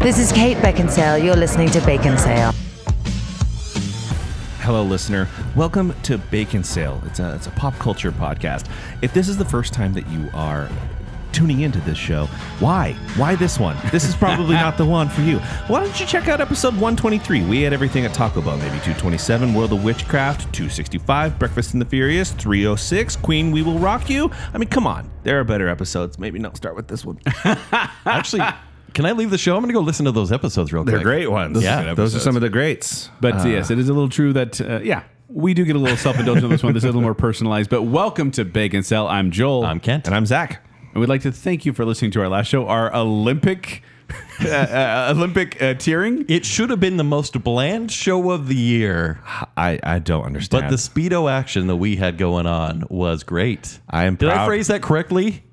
This is Kate Beckinsale. You're listening to Bacon Sale. Hello, listener. Welcome to Bacon Sale. It's a, it's a pop culture podcast. If this is the first time that you are tuning into this show, why? Why this one? This is probably not the one for you. Why don't you check out episode 123? We had everything at Taco Bell, maybe 227, World of Witchcraft, 265, Breakfast in the Furious, 306, Queen We Will Rock You. I mean, come on. There are better episodes. Maybe not start with this one. Actually, can I leave the show? I'm going to go listen to those episodes real They're quick. great ones. Yeah, Yeah, those are some of the greats. But yes, it is a little true that, uh, yeah, we do get a little self indulgent on this one. This is a little more personalized. But welcome to Bake and Sell. I'm Joel. I'm Kent. And I'm Zach. And we'd like to thank you for listening to our last show, our Olympic. uh, uh, Olympic uh, tearing. it should have been the most bland show of the year, I, I don't understand. but the speedo action that we had going on was great. I am Did proud. I phrase that correctly?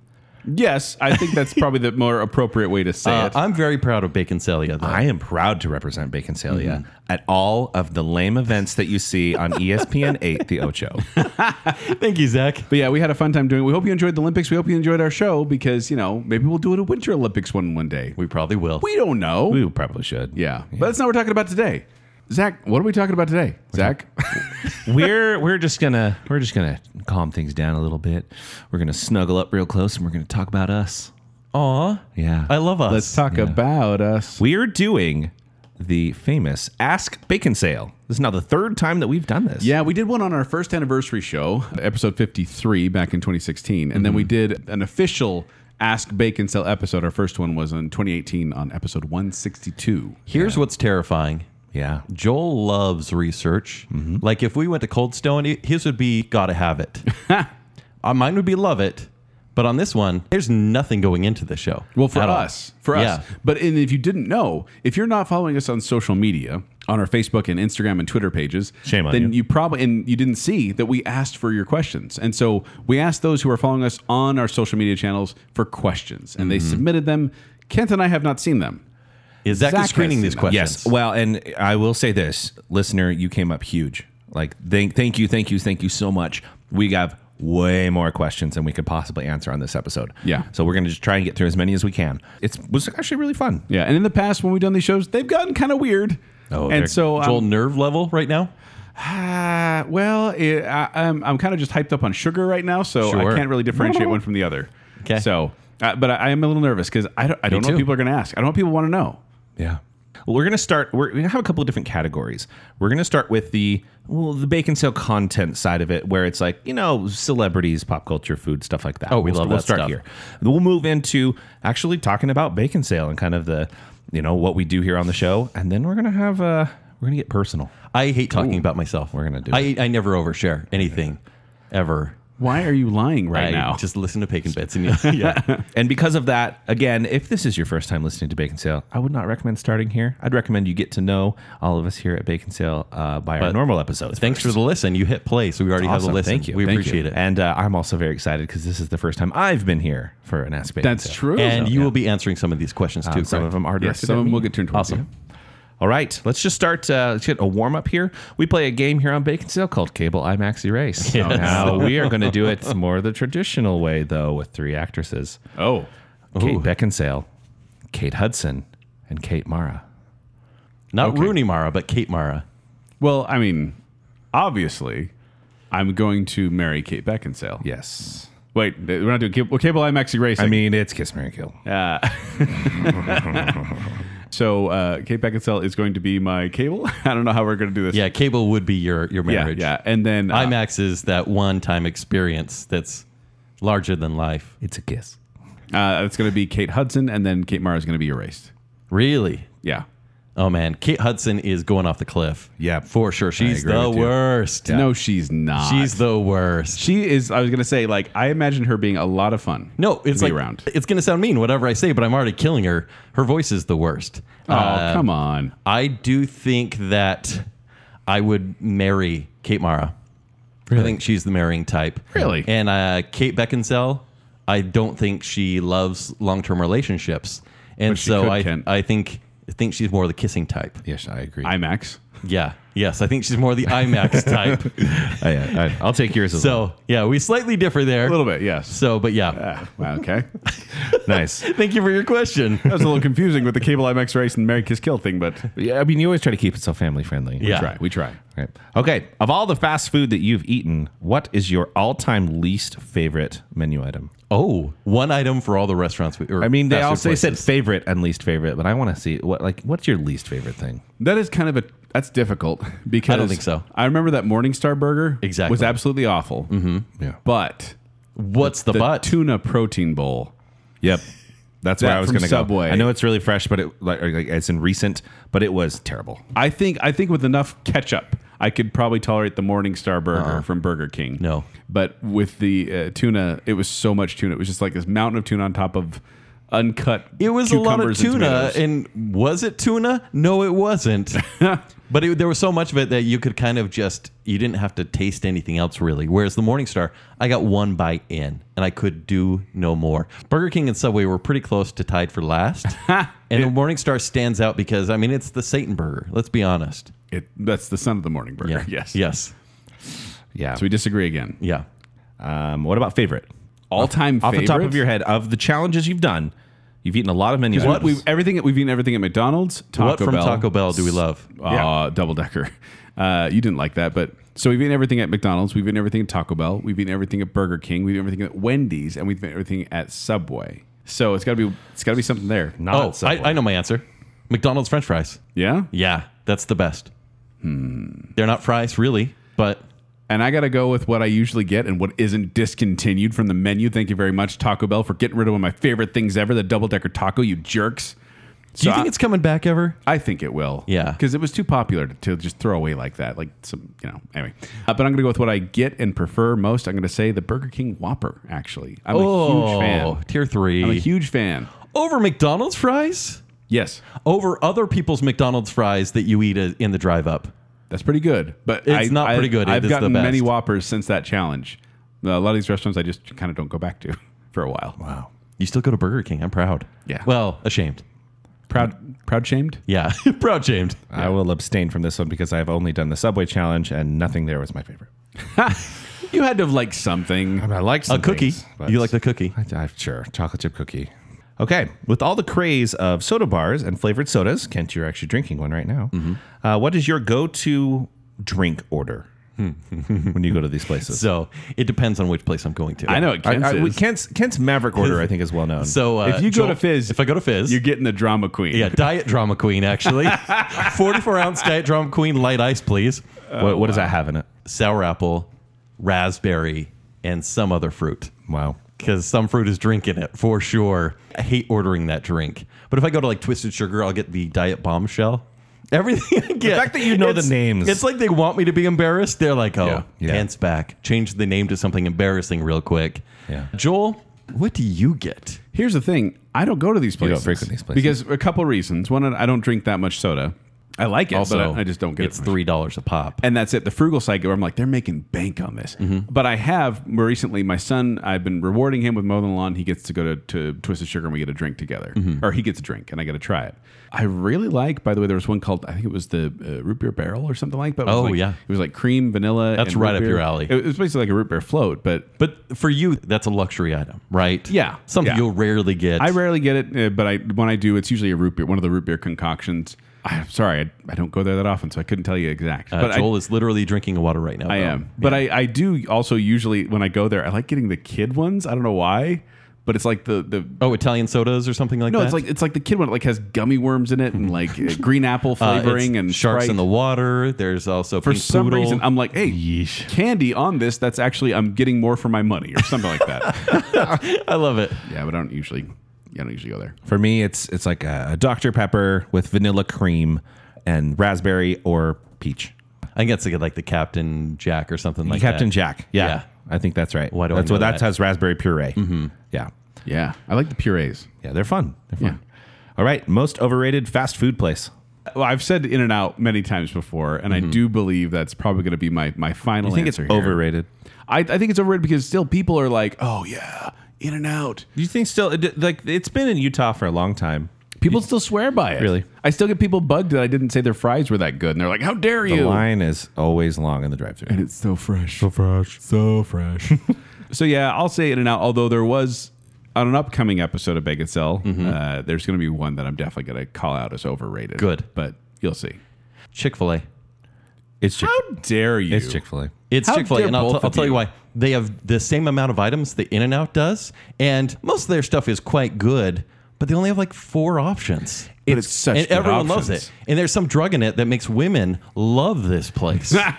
Yes, I think that's probably the more appropriate way to say Uh, it. I'm very proud of Bacon Celia. Though. I am proud to represent Baconsalia at all of the lame events that you see on E ESPN 8, The Ocho. Thank you, Zach. But yeah, we had a fun time doing it. We hope you enjoyed the Olympics. We hope you enjoyed our show because, you know, maybe we'll do it a Winter Olympics one one day. We, We probably will. we don't know. We probably should. yeah. But that's not what we're talking about today. Zach, what are we talking about today? Zach? We're we're just gonna we're just gonna calm things down a little bit. We're gonna snuggle up real close and we're gonna talk about us. Aw, Yeah. I love us. Let's talk about us. we're doing the famous Ask Bacon Sale. This is now the third time that we've done this. Yeah, we did one on our first anniversary show, episode 53 back in 2016. And then we did an official Ask Bake and Sell episode. Our first one was in 2018 on episode 162. Here's what's terrifying. Yeah. Joel loves research. Mm-hmm. Like if we went to Cold Stone, i- his would be gotta have it. Uh, mine would be love it. But on this one, there's nothing going into the show. Well, for At all. us, for us. Yeah. But and if you didn't know, if you're not following us on social media, on our Facebook and Instagram and Twitter pages, Shame on then you. you probably and you didn't see that we asked for your questions. And so we asked those who are following us on our social media channels for questions, and they submitted them. Kent and I have not seen them. Is Zach, Zach is screening has these seen that. questions? Yes. Well, and I will say this, listener, you came up huge. Like thank thank you, thank you, thank you so much. We have way more questions than we could possibly answer on this episode. Yeah. So we're gonna just try and get through as many as we can. It was actually really fun. Yeah, and in the past when we've done these shows, they've gotten kind of weird. Oh, they're- and so um, Joel nerve level right now. ah, well, it, I, I'm I'm kind of just hyped up on sugar right now, so Sure. I can't really differentiate one from the other. 'Kay. So, uh, but I, I am a little nervous because I don't I don't know too. what people are going to ask. I don't know what people want to know. Yeah. Well, we're gonna start. We're, we're gonna have a couple of different categories. We're gonna start with the well, the bacon sale content side of it, where it's like you know celebrities, pop culture, food, stuff like that. Oh, we We'll- love we'll that start stuff. here. Then We'll move into actually talking about bacon sale and kind of the you know what we do here on the show, and then we're gonna have uh we're gonna get personal. I hate talking about myself. We're gonna do I I never overshare anything, ever. Why are you lying right I now? just listen to Bacon Bits and yeah. And because of that, again, if this is your first time listening to Bacon Sale, I would not recommend starting here. I'd recommend you get to know all of us here at Bacon Sale uh, by our But normal episodes. Thanks for the listen. You hit play, so we already have Awesome. a listen. Thank you. We Thank you. appreciate it. And And, uh, I'm also very excited because this is the first time I've been here for an aspect. That's true. you will be answering some of these questions too. Um, some correct? of them are yes, directed some at of me. them will get turned towards Awesome. you. All right, let's just start. Uh, let's get a warm up here. We play a game here on Bacon Sale called Cable IMAX Erase. Now we are going to do it more the traditional way, though, with three actresses: Oh, Kate Beckinsale, Kate Hudson, and Kate Mara. Not Rooney Mara, but Kate Mara. well, I mean, obviously, I'm going to marry Kate Beckinsale. Yes, Wait, we're not doing cable, cable IMAX erasing. I mean it's Kiss Mary Kill. so uh, Kate Beckinsale is going to be my cable. I don't know how we're going to do this. Yeah, cable would be your your yeah, marriage. yeah. And then uh, IMAX is that one time experience that's larger than life. It's a kiss. Uh, it's going to be Kate Hudson, and then Kate Mara is going to be erased. Really? Yeah. Oh man, Kate Hudson is going off the cliff. Yeah. for sure. She's agree the with you. worst. No, she's not. She's the worst. she is. I was going to say, like, I imagine her being a lot of fun. No, it's to like be around. it's gonna sound mean whatever I say, but I'm already killing her. Her voice is the worst. Oh, uh, come on. I do think that I would marry Kate Mara. I think she's the marrying type. Really? And uh, Kate Beckinsale, I don't think she loves long-term relationships, and But she so could, I, Ken. I think I think she's more the kissing type. Yes, I agree. IMAX. Yeah. Yes, I think she's more the IMAX type. I, I, I'll take yours. As well. So yeah, we slightly differ there. A little bit, yes. So, but yeah, Uh, wow, okay. nice. Thank you for your question. That was a little confusing with the Cable IMX race and Mary Kiss Kill thing, but Yeah, I mean, you always try to keep it so family friendly. Yeah. try. We try. Right. Okay. Of all the fast food that you've eaten, what is your all-time least favorite menu item? Oh, one item for all the restaurants. We, or I mean, they fast all food they said places. favorite and least favorite, but I want to see what like what's your least favorite thing? That is kind of a that's difficult because think so. I remember that Morningstar burger Exactly. was absolutely awful. Mm-hmm. Yeah. But What's the, the butt? tuna protein bowl. Yep. That's where That I was from going to go. Subway. I know it's really fresh, but it like, or, like it's in recent, but it was terrible. I think I think with enough ketchup, I could probably tolerate the Morningstar burger from Burger King. Uh-huh. No. but with the uh, tuna, it was so much tuna. It was just like this mountain of tuna on top of uncut. It was a lot of cucumbers and tuna, tomatoes. and, was it tuna? No, it wasn't. but it, there was so much of it that you could kind of just you didn't have to taste anything else really. Whereas the Morningstar, I got one bite in, and I could do no more. Burger King and Subway were pretty close to tied for last, and the Morningstar stands out because I mean it's the Satan burger. Let's be honest. It, that's the son of the morning burger. Yes. yes, Yeah. So we disagree again. yeah. um, what about favorite? All time Off favorite. the top of your head, of the challenges you've done, you've eaten a lot of menus. What we've everything we've eaten everything at McDonald's, Taco what from Bell, Taco Bell do we love? uh, double decker. Uh, you didn't like that, but so we've eaten everything at McDonald's, we've eaten everything at Taco Bell, we've eaten everything at Burger King, we've eaten everything at Wendy's, and we've eaten everything at Subway. So it's got to be it's got to be something there. Not Oh, Subway. I, I know my answer. McDonald's French fries. Yeah, Yeah, that's the best. They're not fries really, but and I got to go with what I usually get and what isn't discontinued from the menu. Thank you very much, Taco Bell, for getting rid of one of my favorite things ever, the double decker taco. You jerks. do you think I- it's coming back ever? I think it will. Yeah. Because it was too popular to, to just throw away like that. Like some, you know, anyway. Uh, but I'm going to go with what I get and prefer most. I'm going to say the Burger King Whopper, actually. I'm a huge fan. Oh, Tier three. I'm a huge fan. Over McDonald's fries? Yes. Over other people's McDonald's fries that you eat uh, in the drive up. That's pretty good. But It's I- not I- pretty good. It I've is the gotten many best. Whoppers since that challenge. Uh, a lot of these restaurants I just kind of don't go back to for a while. wow. You still go to Burger King. I'm proud. Yeah. Well, ashamed. Proud, proud shamed? Yeah. proud shamed. I will abstain from this one because I've only done the Subway challenge and nothing there was my favorite. You had to have liked something. I mean, I like some a cookie. things, but- you like the cookie? I, I, sure, chocolate chip cookie. Okay, with all the craze of soda bars and flavored sodas, Kent, you're actually drinking one right now. Mm-hmm. Uh, what is your go-to drink order when you go to these places? So it depends on which place I'm going to. I know it I- Kent's I- we- is. Kent's, Kent's Maverick order, I think, is well known. So uh, If you go to Fizz, if I go to Fizz, You're getting the drama queen. yeah, diet drama queen actually, 44 ounce diet drama queen, light ice please, what, what does that have in it? sour apple, raspberry, and some other fruit. Wow. because some fruit is drinking it for sure. I hate ordering that drink. But if I go to like Twisted Sugar, I'll get the Diet Bombshell. Everything I get. fact that you know the it's- names. It's like they want me to be embarrassed. They're like, oh, Yeah. Yeah. pants back. Change the name to something embarrassing real quick. Yeah. Joel, what do you get? Here's the thing: I don't go to these don't places. frequent these places. because a couple reasons. One, I don't drink that much soda. I like it, but I, I just don't get it's it. much. three dollars a pop. And that's it. The frugal side, where I'm like, they're making bank on this. Mm-hmm. But I have more recently, my son, I've been rewarding him with Mow the Lawn. He gets to go to, to Twisted Sugar and we get a drink together. Mm-hmm. Or he gets a drink and I get to try it. I really like, by the way, there was one called, I think it was the uh, Root Beer Barrel or something like that. It was Oh, like- yeah. It was like cream, vanilla. That's and right root up beer. your alley. It was basically like a root beer float, but But for you, that's a luxury item, right? Yeah. Something Yeah. you'll rarely get. I rarely get it, uh, but I when I do, it's usually a root beer, one of the root beer concoctions. I'm sorry, I, I don't go there that often, so I couldn't tell you exact. Uh, but Joel is Oh, literally drinking water right now. I, I though. am, but I, I do also usually when I go there, I like getting the kid ones. I don't know why, but it's like the the. Oh, Italian sodas or something like No, that. it's like it's like the kid one. It like has gummy worms in it and like uh, green apple flavoring Hmm. it's and sharks Sprite. in the water. There's also For pink some poodle. reason, I'm like, hey, candy on this. That's actually I'm getting more for my money or something like that. I love it. yeah, but I don't usually, yeah, I don't usually go there. For me, it's it's like a Dr Pepper with vanilla cream and raspberry or peach. I guess I get like the Captain Jack or something like Captain that. Jack. Yeah, Yeah. I think that's right. Why do I that's know what that that? has raspberry puree. Mm-hmm. Yeah. Yeah, I like the purees. Yeah, they're fun. They're fun. Yeah. All right, most overrated fast food place. Well, I've said In and Out many times before, and I do believe that's probably going to be my my final. I think it's answer here. overrated. I, I think it's overrated because still people are like, oh yeah, In and Out. Do you think still it- like it's been in Utah for a long time? People still swear by it. Really? I still get people bugged that I didn't say their fries were that good, and they're like, how dare The you? line is always long in the drive-through. It's so fresh, so fresh, so fresh. so yeah, I'll say In and Out. Although there was. on an upcoming episode of Bacon Cell, uh, there's going to be one that I'm definitely going to call out as overrated. Good. but you'll see. Chick fil A. It's Chick- How dare you? it's Chick Fil A. It's How Chick fil A. dare And I'll, both t- I'll of tell you you. why. They have the same amount of items that In N Out does, and most of their stuff is quite good, but they only have like four options. But it's such and good everyone loves options. it. And there's some drug in it that makes women love this place. Yeah,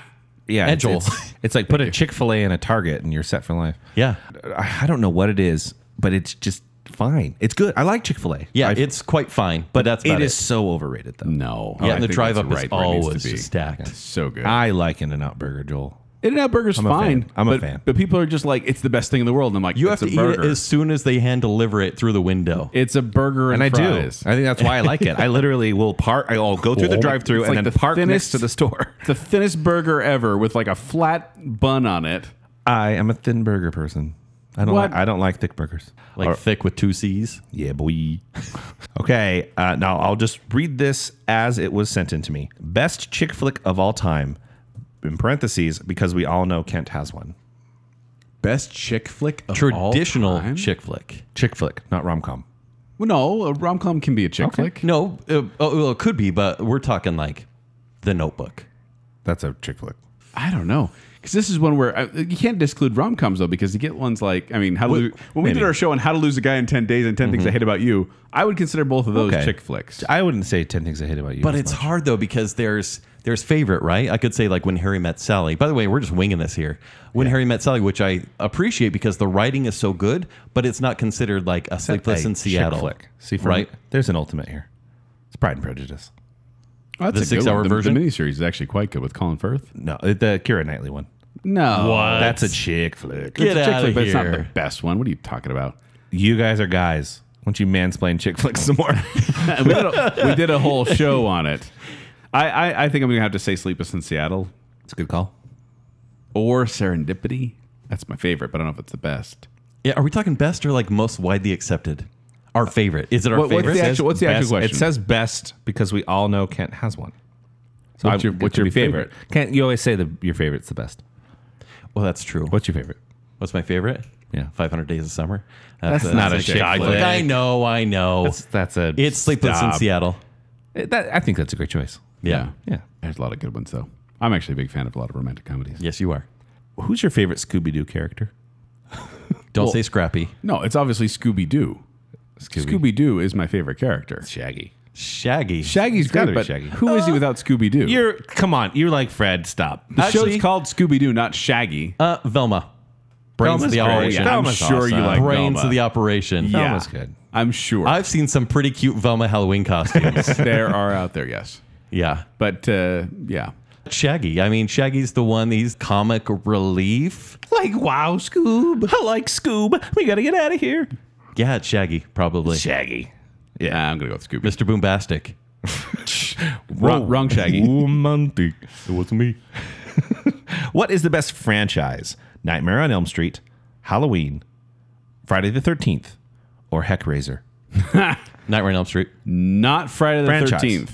And it's, Joel. It's, it's like put a Chick Fil A and a Target, and you're set for life. yeah. I I don't know what it is, but it's just fine. It's good. I like Chick Fil A. Yeah, it's quite fine, but that's about it is so overrated though. No, Yeah, Oh, I and the think drive that's up is right where it needs to always be. just stacked. so good. I like In and Out Burger, Joel. In and Out Burger's a fine. fan. Ah, I'm a but, fan. But people are just like, it's the best thing in the world. And I'm like, You it's have a to burger. eat it as soon as they hand deliver it through the window. it's a burger and, And I do. I fries. think that's why I like it. I literally will park. I'll go through the Cool. drive-through It's and like then the park next thinnest- to the store. the thinnest burger ever with like a flat bun on it. I am a thin burger person. I don't. What? Like, I don't like thick burgers. like thick with two C's. Yeah, boy. okay, uh, now I'll just read this as it was sent in to me. Best chick flick of all time, in parentheses, because we all know Kent has one. Best chick flick of all Traditional time? chick flick. Chick flick, not rom com. Well, no, a rom com can be a chick flick. No, uh, oh, well, it could be, but we're talking like the notebook. That's a chick flick. I don't know. Because this is one where uh, you can't disclude rom coms though, because you get ones like I mean, how to lose, when we did our show on how to lose a guy in ten days and 10 things I hate about you, I would consider both of those Okay. chick flicks. I wouldn't say ten things I hate about you. But as it's much. hard though because there's there's favorite, right? I could say like when Harry met Sally. By the way, we're just winging this here. When Harry met Sally, which I appreciate because the writing is so good, but it's not considered like a sleepless Hey, in Seattle. Chick flick. See, for right? me, there's an ultimate here. It's Pride and Prejudice. Oh, that's The a good six-hour one. version? The, the miniseries is actually quite good with Colin Firth. No, uh, the Kira Knightley one. No, That's a chick flick. Get It's a chick outta flick, but it's not the here. best one. What are you talking about? You guys are guys. Why don't you mansplain chick flicks some more? And we, did a, we did a whole show on it. I, I, I think I'm going to have to say Sleepless in Seattle It's a good call. or Serendipity. That's my favorite, but I don't know if it's the best. Yeah, are we talking best or like most widely accepted? Our favorite. Is it our What- what's favorite? the actual- what's the actual Best- question? It says best because we all know Kent has one. So I- What's your- it what's could your be favorite? Kent, you always say the, your favorite's the best. well, that's true. What's your favorite? What's my favorite? Yeah. 500 Days of Summer. uh, That's not a chick chick flick. I know, I know. That's, that's a. it's Sleepless in stop. Seattle. That, I think that's a great choice. Yeah. Yeah. There's a lot of good ones, though. I'm actually a big fan of a lot of romantic comedies. Yes, you are. Who's your favorite Scooby Doo character? Don't say Scrappy. No, it's obviously Scooby Doo. Scooby Doo is my favorite character. Shaggy. Shaggy. Shaggy's It's gotta great, be but Shaggy. who is he without Scooby Doo? You're come on. You're like Fred. Stop. the Actually- show's called Scooby Doo, not Shaggy. Uh, Velma. Brains of Velma's the great. operation. Yeah, I'm Velma's sure you awesome. like Brains Uh, Velma. of the operation. yeah, Velma's good. I'm sure I've seen some pretty cute Velma Halloween costumes. there are out there, yes. yeah. But uh, yeah, Shaggy. I mean, Shaggy's the one, he's comic relief. Like wow, Scoob. I like Scoob. We gotta get out of here. Yeah, it's Shaggy, probably. Shaggy. yeah, I'm gonna go with Scooby. Mr. Boombastic. Wrong, wrong Shaggy. Romantic. It was me. what is the best franchise? Nightmare on Elm Street, Halloween, Friday the 13th, or Heckraiser? Nightmare on Elm Street. Not Friday the Franchise. 13th.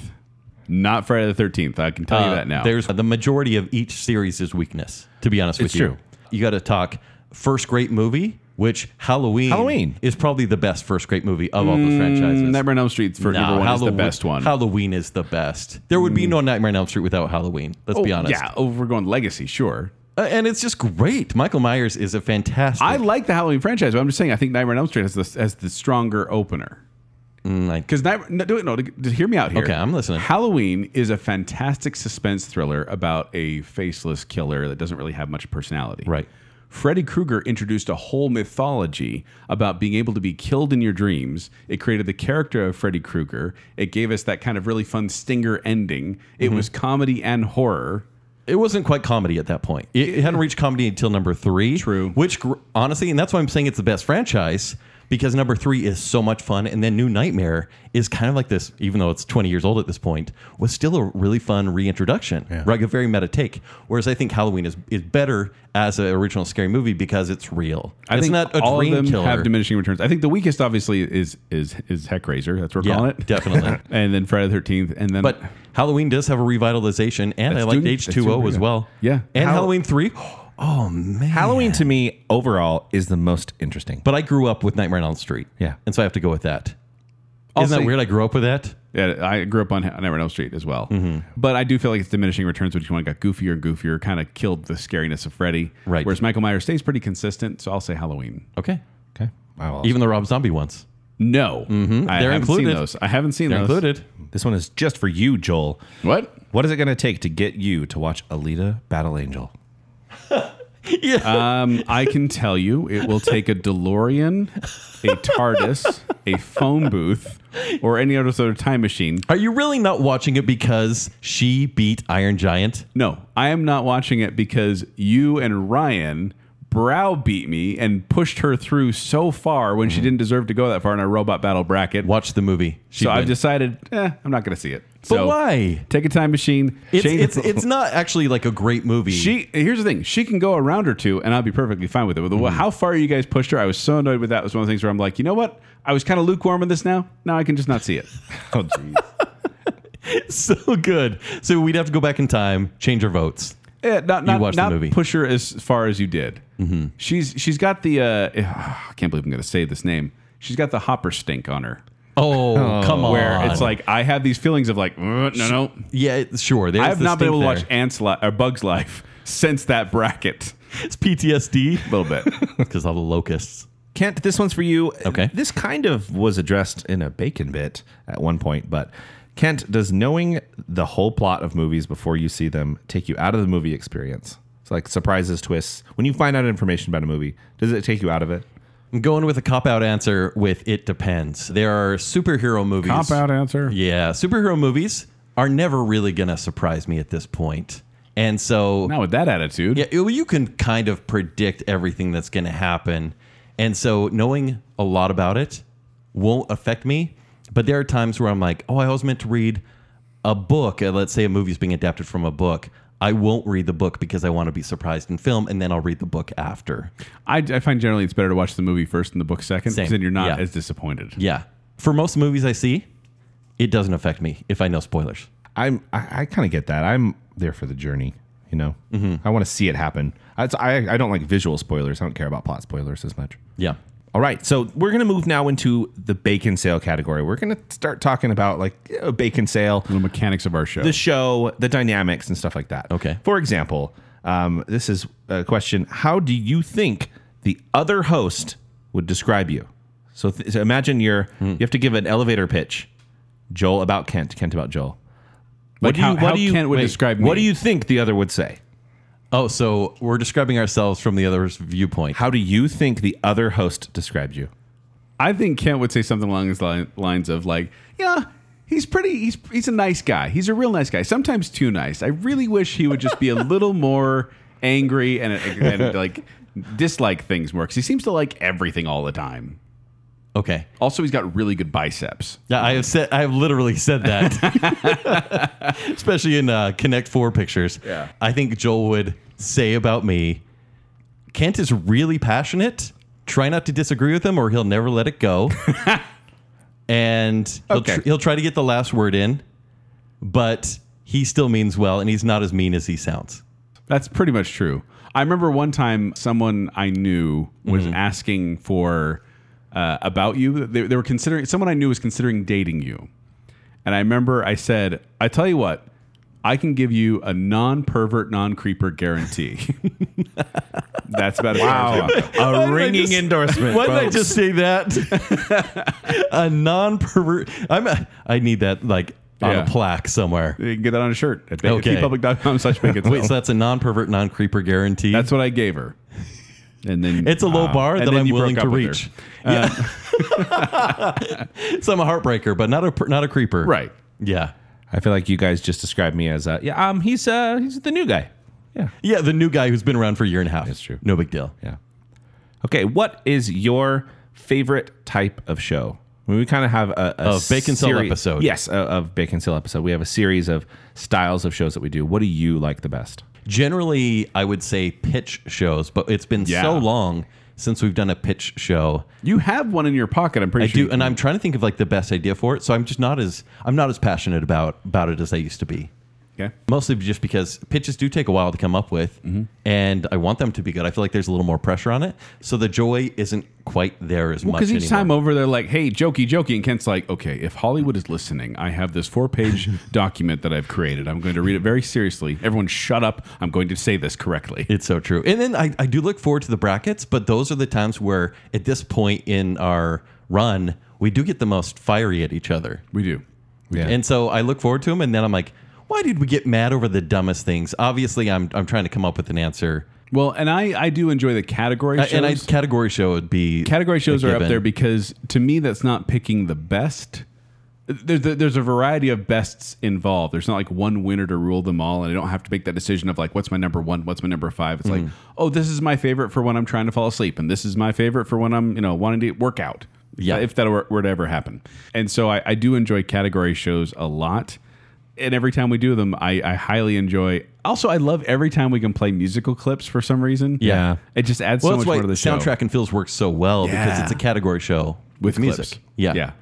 Not Friday the 13th. I can tell you Uh, that now. There's the majority of each series is weakness, to be honest It's with you. true. You got to talk first great movie, which Halloween, Halloween. is probably the best first great movie of all those franchises. Mm, Nightmare on Elm Street for number one is the best one. Mm. Halloween is the best. There would be no Nightmare on Elm Street without Halloween. Let's Oh, be honest. Yeah, oh, we're going legacy, sure. Uh, and it's just great. Michael Myers is a fantastic. I like the Halloween franchise, but I'm just saying I think Nightmare on Elm Street has the, has the stronger opener. Mm, I- Because Nightmare, no, do it, no, to- to hear me out here. Okay, I'm listening. Halloween is a fantastic suspense thriller about a faceless killer that doesn't really have much personality. Right. Freddy Krueger introduced a whole mythology about being able to be killed in your dreams. It created the character of Freddy Krueger. It gave us that kind of really fun stinger ending. It Mm-hmm. was comedy and horror. it wasn't quite comedy at that point. It, it hadn't reached comedy until number three. True. Which gr- honestly, and that's why I'm saying it's the best franchise because number three is so much fun, and then New Nightmare is kind of like this, even though it's 20 years old at this point, was still a really fun reintroduction, right? Like a very meta take. Whereas I think Halloween is is better as an original scary movie because it's real. I it's think not a all dream of them killer. have diminishing returns. I think the weakest, obviously, is is is Heckraiser. That's what we're yeah, calling it. definitely. And then Friday the Thirteenth, and then But Halloween does have a revitalization, and I That's liked doing- H that's two O doing as good. well. Yeah. and How- Halloween three. Oh man. Halloween to me overall is the most interesting. But But I grew up with Nightmare on Elm Street. Yeah. And so I have to go with that. Also- not that weird? I grew up with that. Yeah, I grew up on Never Elm Street as well, Mm-hmm. but I do feel like it's diminishing returns which one got goofier and goofier, kind of killed the scariness of Freddy. Right. Whereas Michael Myers stays pretty consistent, so I'll say Halloween. Okay. okay, I will- Even the Rob Zombie ones. No, I Mm-hmm. They're haven't seen included. those. I haven't seen They're those. included. this one is just for you, Joel. What? What is it going to take to get you to watch Alita: Battle Angel? Um, I can tell you, it will take a DeLorean, a TARDIS, a phone booth, or any other sort of time machine. Are you really not watching it because she beat Iron Giant? No, I am not watching it because you and Ryan browbeat me and pushed her through so far when Mm-hmm. she didn't deserve to go that far in our robot battle bracket. Watch the movie. She so I've wins. decided, eh, I'm not going to see it. But so why? Take a time machine. It's, Shane- it's it's not actually like a great movie. She here's the thing. She can go a round or two, and I'll be perfectly fine with it. With the- Mm-hmm. how far you guys pushed her, I was so annoyed with that. It was one of the things where I'm like, you know what? I was kind of lukewarm on this. Now, now I can just not see it. Oh, jeez. so good. So we'd have to go back in time, change our votes. Yeah, Eh, not not, watched the not movie. Mm-hmm. push her as far as you did. She's she's got the. Uh, I can't believe I'm going to say this name. She's got the hopper stink on her. Oh, come on. Where it's like I have these feelings of like, "Uh, no, no. yeah, it- sure. I have not been able to watch watch Ants li- or Bugs Life since that bracket. it's PTSD A little bit. because all the locusts. Kent, this one's for you. Okay. This kind of was addressed in a bacon bit at one point, but Kent, does knowing the whole plot of movies before you see them take you out of the movie experience? It's like surprises, twists. When you find out information about a movie, does it take you out of it? I'm going with a cop out answer with it depends. There are superhero movies. answer. Yeah, superhero movies are never really going to surprise me at this point. And so Not with that attitude. Yeah, well, you can kind of predict everything that's going to happen. And so knowing a lot about it won't affect me. But there are times where I'm like, oh, I was meant to read a book. Uh, Let's say a movie's being adapted from a book. I won't read the book because I want to be surprised in film, and then I'll read the book after. I, I find generally it's better to watch the movie first and the book second, Same. because then you're not Yeah. as disappointed. Yeah. For most movies I see, it doesn't affect me if I know spoilers. I'm, I, I kind of get that. I'm there for the journey, you know? I want to see it happen. I, it's- I, I don't like visual spoilers. I don't care about plot spoilers as much. Yeah. All right, so we're gonna move now into the bacon sale category. We're gonna start talking about like a bacon sale, The mechanics of our show. the show, the dynamics, and stuff like that. Okay. For example, um, this is a question: How do you think the other host would describe you? So, th- so imagine you're you have to give an elevator pitch, Joel about Kent, Kent about Joel. Like how- how Kent would wait, describe What me? do you think the other would say? Oh, so we're describing ourselves from the other's viewpoint. How do you think the other host described you? I think Kent would say something along his li- lines of like, yeah, he's pretty. He's he's a nice guy. He's a real nice guy. Sometimes too nice. I really wish he would just be a little more angry and, and like dislike things more because he seems to like everything all the time. Okay. Also, he's got really good biceps. Yeah, I have said I have literally said that, especially in uh, Connect Four pictures. Yeah. I think Joel would say about me, Kent is really passionate. Try not to disagree with him, or he'll never let it go. and he'll, Okay. tr- he'll try to get the last word in, but he still means well, and he's not as mean as he sounds. That's pretty much true. I remember one time someone I knew was Mm-hmm. asking for uh, about you. They, they were considering someone I knew was considering dating you, and I remember I said, "I tell you what, I can give you a non-pervert, non-creeper guarantee." That's about it. A ringing just- endorsement. Why did I just say that? a non-pervert. I'm. A, I need that like on Yeah. a plaque somewhere. You can get that on a shirt at Okay. baconpublic.com slash bacon. Wait, so that's a non-pervert, non-creeper guarantee. That's what I gave her. And then it's a low bar and that then I'm you broke willing to up with her. reach. Yeah. so I'm a heartbreaker, but not a per- not a creeper. right. Yeah. I feel like you guys just described me as uh, yeah, um, he's uh, he's the new guy. Yeah, Yeah, the new guy who's been around for a year and a half. That's true. No big deal. yeah. Okay, what is your favorite type of show? I mean, we kind of have a, a Of Bacon Cell series- episode. Yes, uh, of Bacon Cell episode. We have a series of styles of shows that we do. What do you like the best? Generally, I would say pitch shows, but it's been Yeah. so long since we've done a pitch show. You have one in your pocket. I'm pretty I sure. do, and I'm trying to think of like the best idea for it. So I'm just not as I'm not as passionate about about it as I used to be. Okay. Mostly just because pitches do take a while to come up with, Mm-hmm. and I want them to be good. I feel like there's a little more pressure on it, so the joy isn't quite there as much Because each anymore. time over, they're like, "Hey, jokey, jokey," and Kent's like, "Okay, if Hollywood is listening, I have this four-page document that I've created. I'm going to read it very seriously. Everyone, shut up! I'm going to say this correctly." It's so true. And then I, I do look forward to the brackets, but those are the times where at this point in our run, we do get the most fiery at each other. We do. We Yeah. do. And so I look forward to them and then I'm like, why did we get mad over the dumbest things? Obviously, I'm, I'm trying to come up with an answer. Well, and I I do enjoy the category. Uh, Shows. and I category show would be category shows a are up given. there because to me that's not picking the best there's there's a variety of bests involved there's not like one winner to rule them all and i don't have to make that decision of like what's my number one what's my number five it's like Mm-hmm. oh this is my favorite for when i'm trying to fall asleep and this is my favorite for when i'm you know wanting to work out Yeah. if that were, were to ever happen and so I, I do enjoy category shows a lot and every time we do them I, I highly enjoy also i love every time we can play musical clips for some reason Yeah. it just adds well, so much that's why more to the show. soundtrack and feels works so well because Yeah. it's a category show With with, music. clips. Yeah, Yeah.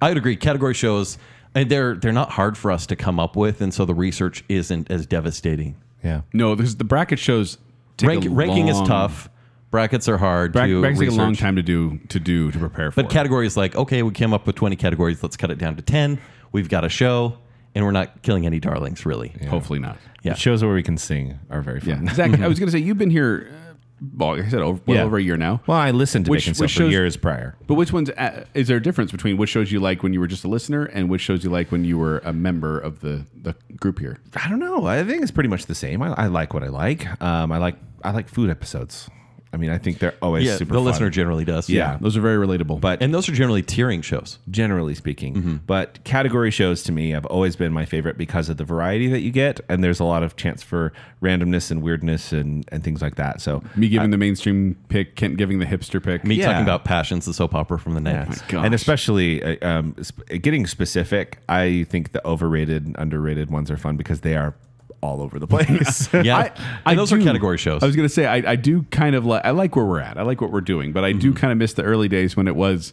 I would agree. Category shows, and they're they're not hard for us to come up with, and so the research isn't as devastating. Yeah. No, because the bracket shows take Rank, a ranking long- is tough. Brackets are hard Brack- to brackets take a long research. time to do to do to prepare for. But categories like okay, we came up with twenty categories. Let's cut it down to ten. We've got a show, and we're not killing any darlings really. it. hopefully not. Yeah. Shows where we can sing are very fun. Yeah, Zach, I was going to say you've been here, uh, well, like I said over, well Yeah. over a year now. Well, I listened to Which- Bacon Cell which for shows- years prior. But which ones uh, is there a difference between which shows you like when you were just a listener and which shows you like when you were a member of the the group here? I don't know. I think it's pretty much the same. I, I like what I like. Um, I like I like food episodes. I mean, I think they're always Yeah, super the fun. listener generally does. Yeah. Those are very relatable. But and those are generally tiering shows. generally speaking. Mm-hmm. But category shows to me have always been my favorite because of the variety that you get, and there's a lot of chance for randomness and weirdness and, and things like that. So Mm, me giving the mainstream pick, Kent giving the hipster pick. Me Yeah. talking about passions, the soap opera from the yeah. nineties. gosh. and especially uh, um, sp- getting specific, I think the overrated, and underrated ones are fun because they are all over the place. Yeah, I- I and those are do- category shows. I was gonna say I, I do kind of like I like where we're at. I like what we're doing, but I do kind of miss the early days when it was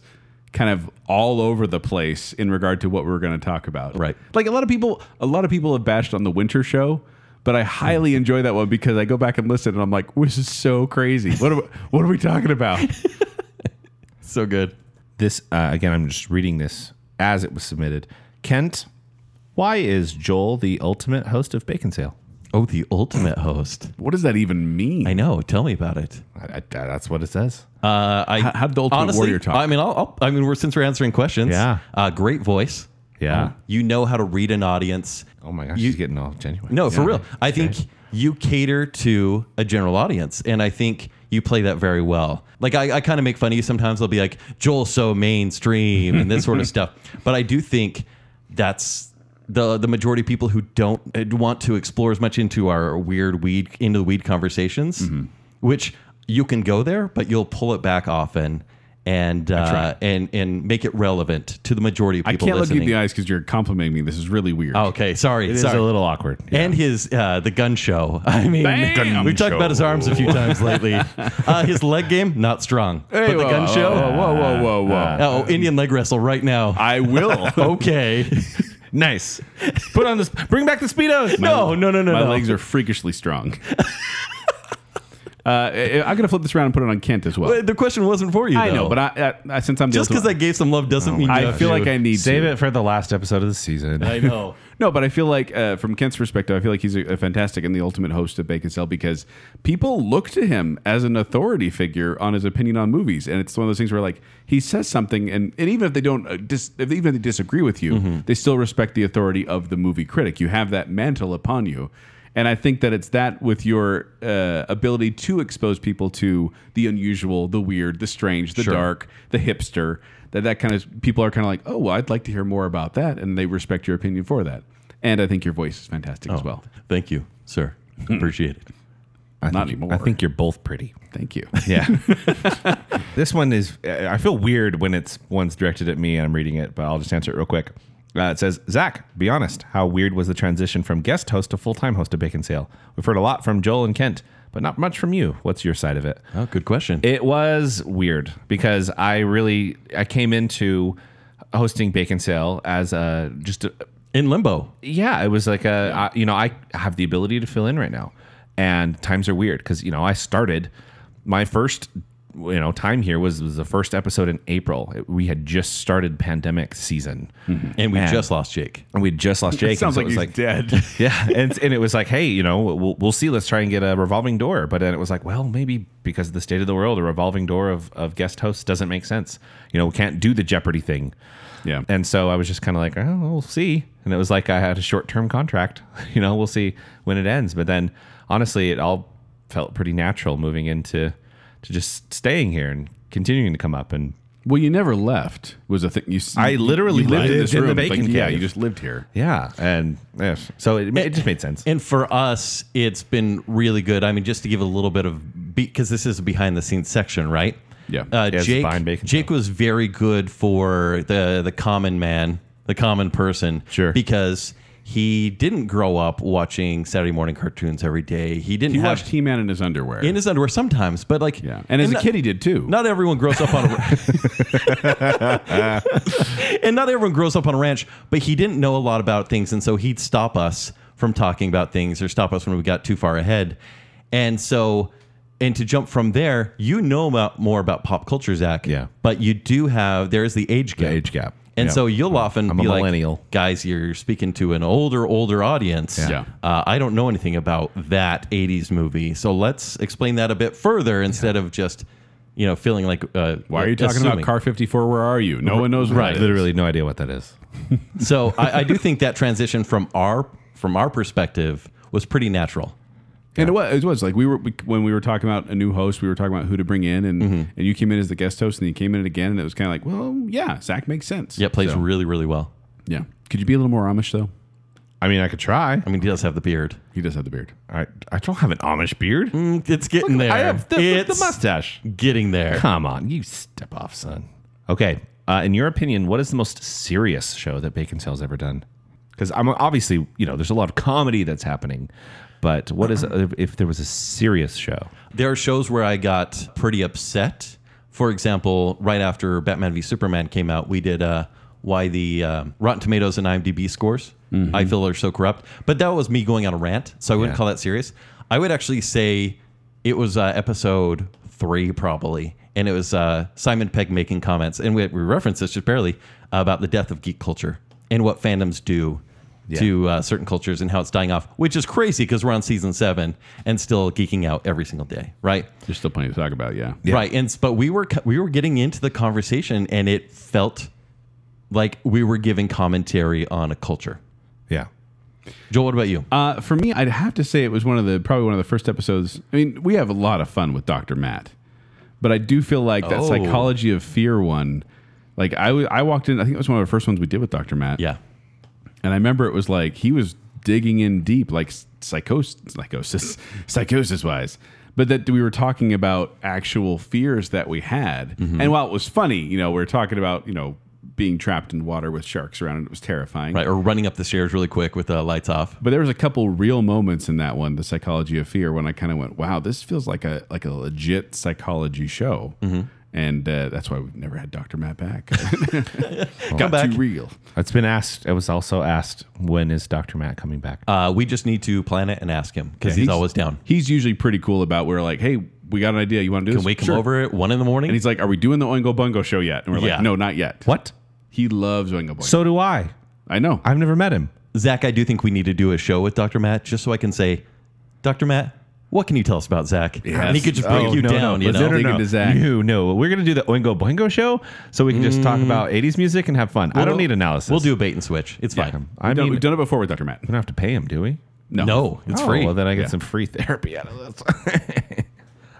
kind of all over the place in regard to what we were going to talk about. Right. Like a lot of people, a lot of people have bashed on the winter show. But I highly enjoy that one because I go back and listen, and I'm like, "This is so crazy. What are we, what are we talking about?" so good. this uh, again i'm just reading this as it was submitted kent why is joel the ultimate host of bacon sale Oh, the ultimate host. What does that even mean? I know. Tell me about it. I, I- that's what it says Uh, I how did the Ultimate honestly, Warrior talk? I mean, I'll, I'll, I mean, we're since we're answering questions. Yeah. Uh, great voice. Yeah. You know how to read an audience. oh my gosh You- he's getting all genuine No, for Yeah. real. I think you cater to a general audience, and I think you play that very well. Like I, I kind of make fun of you sometimes. I'll be like Joel, so mainstream, and this sort of stuff. But I do think that's the the majority of people who don't uh, want to explore as much into our weird weed into the weed conversations, Mm-hmm. which you can go there, but you'll pull it back often. And uh, and and make it relevant to the majority of I people can't look you listening. in the eyes because you're complimenting me. This is really weird. okay, it sorry, is sorry. a little awkward And his uh, the gun show. I mean, Bam! Gun we've talked about his show. arms a few times lately. uh, his leg game not strong, Hey, but the whoa, gun whoa, show. Whoa, whoa, whoa, whoa! Oh, Indian leg wrestle right now. I will. okay. nice put on this bring back the speedos no, no, no, no. My no. legs are freakishly strong. uh, I- I'm gonna flip this around and put it on Kent as well. But the question wasn't for you. I know, though. but I, I, I since I'm the just because I ultimate- gave some love doesn't mean you I have feel to. like I need save to. it for the last episode of the season I know. No, but I feel like uh, from Kent's perspective, I feel like he's a, a fantastic and the ultimate host of Bacon Cell because people look to him as an authority figure on his opinion on movies, and it's one of those things where like he says something, and, and even if they don't, uh, dis, if, even if they disagree with you, they still respect the authority of the movie critic. You have that mantle upon you. And I think that it's that with your uh, ability to expose people to the unusual, the weird, the strange, the dark, the hipster, that that kind of people are kind of like, oh, well, I'd like to hear more about that, and they respect your opinion for that. And I think your voice is fantastic as well. Thank you, sir. Hmm. Appreciate it. I Not think- anymore. i think you're both pretty Thank you. Yeah. this one is, I feel weird when it's one's directed at me and I'm reading it, but I'll just answer it real quick. Uh, it says, Zach, be honest. How weird was the transition from guest host to full time host of Bacon Sale? We've heard a lot from Joel and Kent, but not much from you. What's your side of it? Oh, good question. It was weird because I really I came into hosting Bacon Sale as a just a, in limbo. yeah, it was like a I, you know I have the ability to fill in right now, and times are weird because you know I started my first you know time here was, was the first episode in April. It- we had just started pandemic season, And we Man. just lost Jake. and we had just lost Jake. and sounds so like it was he's dead. yeah, and and it was like, hey, you know, we'll, we'll see. Let's try and get a revolving door. But then it was like, well, maybe because of the state of the world, a revolving door of, of guest hosts doesn't make sense. You know, we can't do the Jeopardy thing. Yeah. And so I was just kind of like, oh, we'll see. And it was like I had a short term contract. You know, we'll see when it ends. But then honestly, it all felt pretty natural moving into to just staying here and continuing to come up. And well, you never left. Was a thing you. s- I you- literally you lived in the bacon like, Yeah, cave. you just lived here. yeah, and yeah, so it, it just made sense. And for us, it's been really good. I mean, just to give a little bit of because this is a behind the scenes section, right? Yeah. Uh, it's Jake. behind Bacon Jake was very good for the the common man, the common person. Sure. Because he didn't grow up watching Saturday morning cartoons every day. He didn't He have watched He Man in his underwear. in his underwear sometimes, but like yeah, and as a not- kid, he did too. Not everyone grows up on a ranch. and not everyone grows up on a ranch, but he didn't know a lot about things. And so he'd stop us from talking about things or stop us when we got too far ahead. And so, and to jump from there, you know about more about pop culture, Zach. Yeah. But you do have, there is the age gap. age gap. And Yeah. so you'll often I'm a be like, millennial. guys, you're speaking to an older, older audience. Yeah. Uh, I don't know anything about that 80s movie. So let's explain that a bit further instead of just, you know, feeling like. Uh, Why are you talking about assuming. Car 54? Where are you? No one knows. what Right. it is. Literally, no idea what that is. So I, I do think that transition from our from our perspective was pretty natural. And it was, it was like we were we, when we were talking about a new host, we were talking about who to bring in, and and you came in as the guest host, and you came in again, and it was kind of like, well, yeah, Zach makes sense. Yeah, it plays So, really, really well. yeah. Could you be a little more Amish though? I mean, I could try. I mean, he does have the beard. He does have the beard. I, I don't have an Amish beard. Mm, It's getting there. I have the, look at the It's mustache. Getting there. Come on, you step off, son. Okay. Uh, in your opinion, what is the most serious show that Bacon Sale's ever done? Because I'm obviously, you know, there's a lot of comedy that's happening, but what is if there was a serious show? There are shows where I got pretty upset. For example, right after Batman v Superman came out, we did uh, why the um, Rotten Tomatoes and IMDb scores I feel are so corrupt. But that was me going on a rant, so I wouldn't Yeah. call that serious. I would actually say it was uh, episode three, probably, and it was uh, Simon Pegg making comments, and we, we referenced this just barely about the death of geek culture and what fandoms do. To uh, certain cultures and how it's dying off, which is crazy because we're on season seven and still geeking out every single day, right? There's still plenty to talk about. Yeah. Right. And s- but we were cu- we were getting into the conversation and it felt like we were giving commentary on a culture. Yeah. Joel, what about you? Uh, for me, I'd have to say it was one of the probably one of the first episodes. I mean, we have a lot of fun with Doctor Matt, but I do feel like that Oh. psychology of fear one. Like I, w- I walked in. I think it was one of the first ones we did with Doctor Matt. yeah. And I remember it was like he was digging in deep, like psychos- psychosis, psychosis wise. But that we were talking about actual fears that we had. Mm-hmm. And while it was funny, you know, we were talking about, you know, being trapped in water with sharks around and it was terrifying. Right. Or running up the stairs really quick with the lights off. But there was a couple real moments in that one, the psychology of fear, when I kind of went, "Wow, this feels like a like a legit psychology show," Mm-hmm. and uh, that's why we've never had Doctor Matt back. Got back. too real. It's been asked. It was also asked when is Dr. Matt coming back? Uh, we just need to plan it and ask him because he's, always down. He's usually pretty cool about. We're like, "Hey, we got an idea. You want to do Can this? we come Sure." over at one in the morning? And he's like, "Are we doing the Oingo Bungo show yet?" And we're Yeah. like, "No, not yet." what? He loves Oingo Bungo. So do I. I know. I've never met him. Zach, I do think we need to do a show with Dr. Matt just so I can say, Dr. Matt, what can you tell us about Zach? And he could just break Oh, you no, down, no, you no, know? No, no, Digging to Zach. no, no. We're gonna do the Oingo Boingo show, so we can just talk about '80s music and have fun. I don't need analysis. We'll do a bait and switch. It's fine. I We've done- mean, we've done it before with Doctor Matt. we don't have to pay him, do we? No, No. it's Oh, free. Well, then I get Yeah. some free therapy out of this.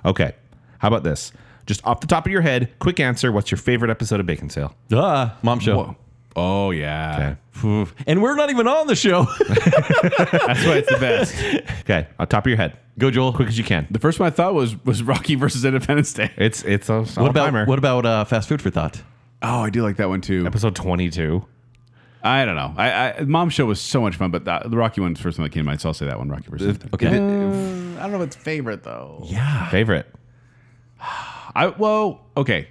okay. How about this? Just off the top of your head, quick answer. What's your favorite episode of Bacon Sale? Ah, mom show. Whoa. Oh yeah, And we're not even on the show. that's why it's the best. Okay. On top of your head. Go, Joel. Quick as you can. The first one I thought was was Rocky versus Independence Day. It's it's a What about what about uh, fast food for thought? Oh, I do like that one too. episode twenty two? I don't know. I, I Mom Show was so much fun, but the, the Rocky one's the first one that came to mind. So I'll say that one, Rocky versus. Okay. Um, I don't know what's favorite though. yeah. Favorite. I well, okay.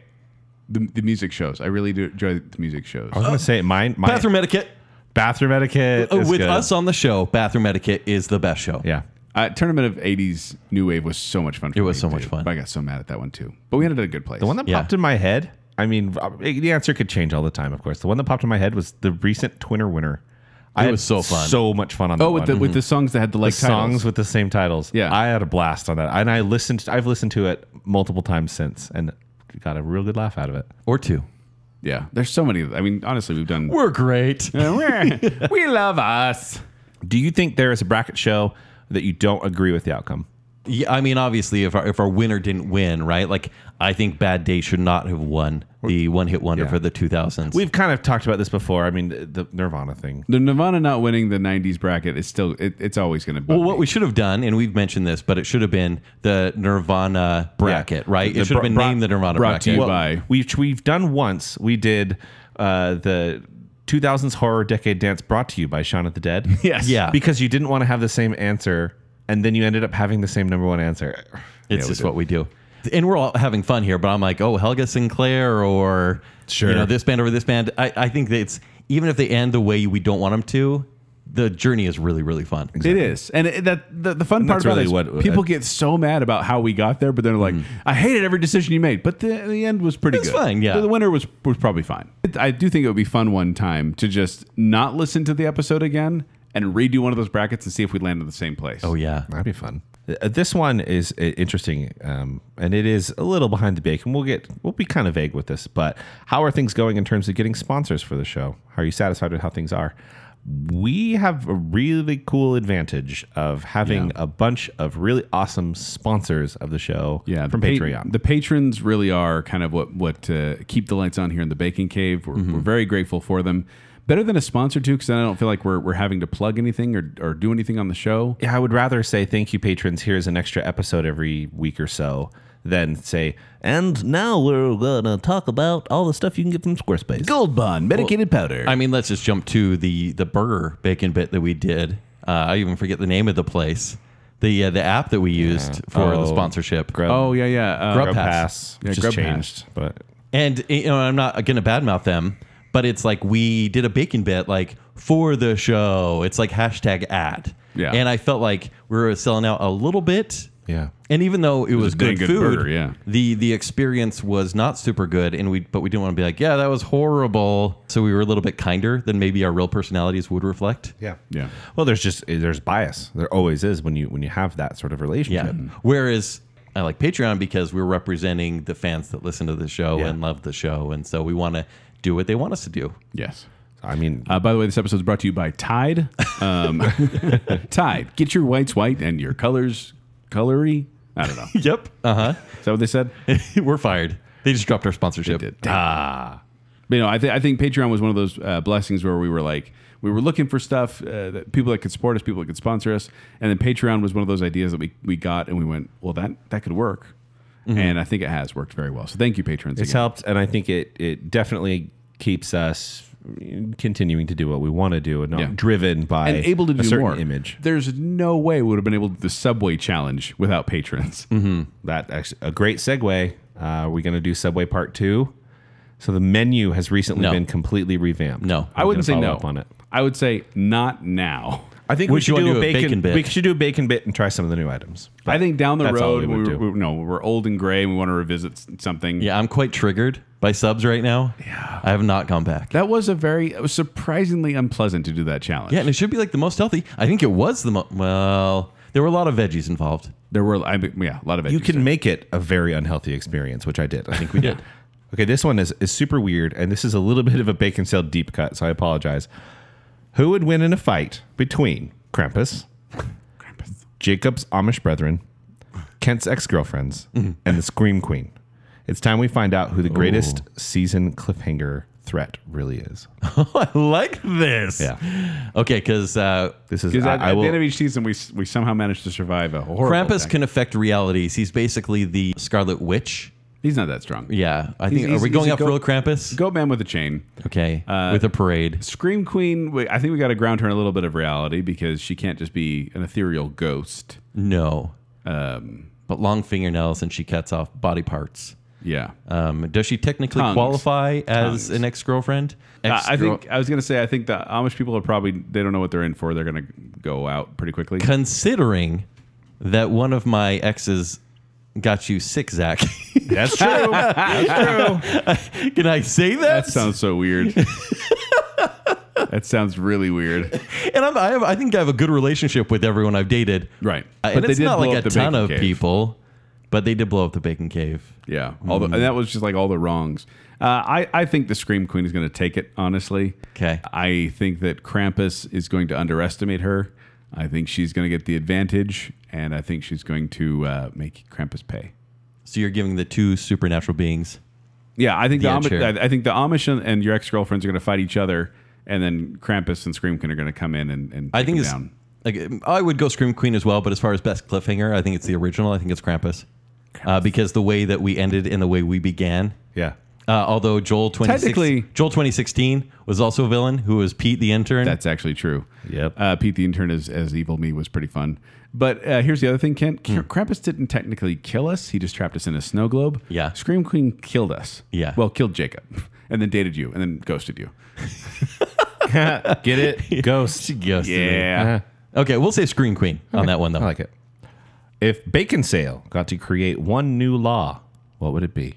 The, the music shows. I really do enjoy the music shows. I was gonna say mine. My, Uh, Bathroom etiquette. Bathroom etiquette. Uh, is With good. us on the show, Bathroom Etiquette is the best show. Yeah. Uh, Tournament of 80s New Wave was so much fun. For It was me, so much too. fun. But I got so mad at that one too. But we ended at a good place. The one that Yeah. popped in my head, I mean, uh, the answer could change all the time, of course. The one that popped in my head was the recent Twinner winner. I It had was so fun. So much fun on that oh, with one. the, with the songs that had the like the titles. songs with the same titles. Yeah. I had a blast on that, and I listened. I've listened to it multiple times since, and got a real good laugh out of it. Or two. yeah. There's so many. I mean, honestly, we've done. We're great. we love us. Do you think there is a bracket show that you don't agree with the outcome? Yeah, I mean, obviously, if our, if our winner didn't win, right? Like, I think Bad Day should not have won the one hit wonder Yeah. for the 2000s. We've kind of talked about this before. I mean, the Nirvana thing. The Nirvana not winning the 90s bracket is still, it, it's always going to be. well, what we should have done, and we've mentioned this, but it should have been the Nirvana bracket, right? The It should have been bro- named the Nirvana brought to bracket. you Well, by. We've we've done once. We did uh, the 2000s horror decade dance brought to you by Shaun of the Dead. Yes. Yeah. because you didn't want to have the same answer, and then you ended up having the same number one answer. It's just what we do. And we're all having fun here, but I'm like, oh, Helga Sinclair or Sure. you know this band over this band. I, I think that it's even if they end the way we don't want them to, the journey is really really fun. It is, and it, that the, the fun part that's about really it is what- people get so mad about how we got there, but they're like, "I hated every decision you made," but the, the end was pretty It was good. fine, yeah. the, the winner was was probably fine. It- I do think it would be fun one time to just not listen to the episode again and redo one of those brackets and see if we land in the same place. Oh yeah, That'd be fun. Uh, This one is uh, interesting, um, and it is a little behind the bake, and we'll get we'll be kind of vague with this. But how are things going in terms of getting sponsors for the show? Are you satisfied with how things are? We have a really cool advantage of having a bunch of really awesome sponsors of the show Yeah, from the pa- Patreon. the patrons really are kind of what what uh, keep the lights on here in the Bacon Cave. We're, we're very grateful for them. Better than a sponsor too, because then I don't feel like we're, we're having to plug anything or, or do anything on the show. Yeah, I would rather say thank you, patrons. Here's an extra episode every week or so than say, and now we're gonna talk about all the stuff you can get from Squarespace. Gold Bond medicated powder. I mean, let's just jump to the the burger bacon bit that we did. Uh, I even forget the name of the place, the uh, the app that we used for the Oh, sponsorship. oh yeah, yeah. Uh, Grub Grub Pass. Pass, Yeah, which Grub has changed, but And you know, I'm not gonna badmouth them, but it's like we did a bacon bit like for the show. It's like hashtag ad. Yeah. And I felt like we were selling out a little bit. yeah. And even though it, was, a dang good, good food, burger, yeah. the the experience was not super good, and we but we didn't want to be like, yeah, that was horrible. So we were a little bit kinder than maybe our real personalities would reflect. Yeah. Yeah. Well, there's just there's bias. There always is when you when you have that sort of Yeah. relationship. Whereas I like Patreon because we're representing the fans that listen to the show Yeah. and love the show, and so we want to do what they want us to do. Yes. I mean, Uh, by the way, this episode is brought to you by Tide. Um, Tide, get your whites white and your colors colory. I don't know. is Yep. Uh that what they said? They huh. we're fired. They just dropped our sponsorship. did. Ah. But you know, I, th- I think Patreon was one of those uh, blessings where we were like, we were looking for stuff, uh, that people that could support us, people that could sponsor us, and then Patreon was one of those ideas that we we got, and we went, well, that that could work, and I think it has worked very well. So thank you, patrons. it's again. helped, and I think it it definitely keeps us continuing to do what we want to do and not Yeah. driven by and able to a do certain more. image. There's no way we would have been able to do the Subway Challenge without patrons. Mm-hmm. That actually a great segue. Uh, we're gonna do Subway Part Two. So the menu has recently No. been completely revamped. No. I We're wouldn't say gonna follow no up on it. I would say not now. I think Would we you should wanna do, do a bacon, bit? bit. We should do a bacon bit and try some of the new items. I think down the That's all road, we would we do. we, no, we're old and gray, and we want to revisit s- something. Yeah, I'm quite triggered by subs right now. Yeah. I have not gone back. that was a very it was surprisingly unpleasant to do that challenge. yeah, and it should be like the most healthy. I think it was the most. Well, there were a lot of veggies involved. there were I mean, yeah a lot of you veggies can there. make it a very unhealthy experience, which I did. I think we did. Okay, this one is, is super weird, and this is a little bit of a bacon sale deep cut, so I apologize. Who would win in a fight between Krampus, Jacob's Amish brethren, Kent's ex girlfriends, Mm-hmm. and the Scream Queen? It's time we find out who the greatest season cliffhanger threat really is. I like this. Yeah. Okay, because uh, This is 'Cause I, at, I at will. the end of each season we s- we somehow managed to survive a horrible. Krampus thing. can affect realities. He's basically the Scarlet Witch. he's not that strong. Yeah, I He's- think. he's- are we going he's a up goat- for real Krampus? Goat man with a chain. Okay, Uh, with a parade. Scream Queen. we- I think we got to ground her in a little bit of reality because she can't just be an ethereal ghost. No, Um, but long fingernails and she cuts off body parts. Yeah. Um, does she technically Tongues. qualify as Tongues. an ex girlfriend? I- I think I was gonna say I think the Amish people are probably they don't know what they're in for. They're gonna go out pretty quickly. considering that one of my exes got you sick, Zach. That's true. Can I say that? That sounds so weird. that sounds really weird. and I'm, I, have, I think I have a good relationship with everyone I've dated. Right. Uh, But and they it's did not blow like up a the ton Bacon of Cave. people, but they did blow up the bacon cave. Yeah. All Mm-hmm. the, and that was just like all the wrongs. Uh, I, I think the Scream Queen is going to take it, honestly. 'Kay. I think that Krampus is going to underestimate her. I think she's going to get the advantage, and I think she's going to uh, make Krampus pay. So you're giving the two supernatural beings. Yeah, I think the, The Amish, armchair. I, I think the Amish and, and your ex girlfriends are going to fight each other, and then Krampus and Scream Queen are going to come in and, and I take think them it's down. like I would go Scream Queen as well, but as far as best cliffhanger, I think it's the original. I think it's Krampus, Uh, because the way that we ended and the way we began. yeah. Uh, although Joel 26 Technically- Joel 2016 was also a villain who was Pete the intern. That's actually true. Yep. Uh, Pete the intern as, as evil me was pretty fun. But uh, here's the other thing, Kent. Hmm. K- Krampus didn't technically kill us. He just trapped us in a snow globe. Yeah. Scream Queen killed us. Yeah. Well, killed Jacob, and then dated you, and then ghosted you. Get it? Ghost. She ghosted me. Uh-huh. Okay, we'll say Scream Queen on that one though. I like it. If Bacon Sale got to create one new law, what would it be?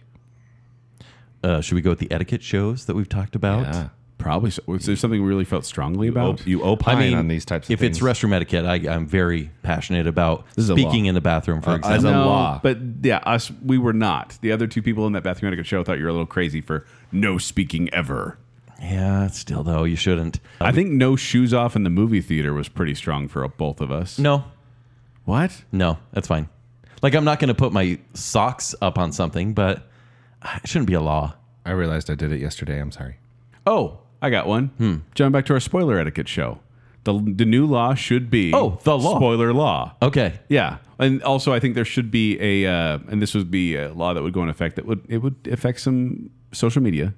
Uh, should we go with the etiquette shows that we've talked about? Yeah. Probably. So. Was there something we really felt strongly Oh, about? You opine on these types of if things. it's restroom etiquette, I, I'm very passionate about is a speaking law. in the bathroom, for as example. a no, law. But yeah, us we were not. The other two people in that bathroom etiquette show thought you were a little crazy for no speaking ever. yeah, still though, you shouldn't. I think no shoes off in the movie theater was pretty strong for both of us. No, What? no, that's fine. Like I'm not going to put my socks up on something, but it shouldn't be a law. I realized I did it yesterday. I'm sorry. Oh, I got one. Hmm. Jumping back to our spoiler etiquette show. The, the new law should be Oh, the law. spoiler law. Okay, Yeah, and also I think there should be a uh, and this would be a law that would go in effect that would it would affect some social media,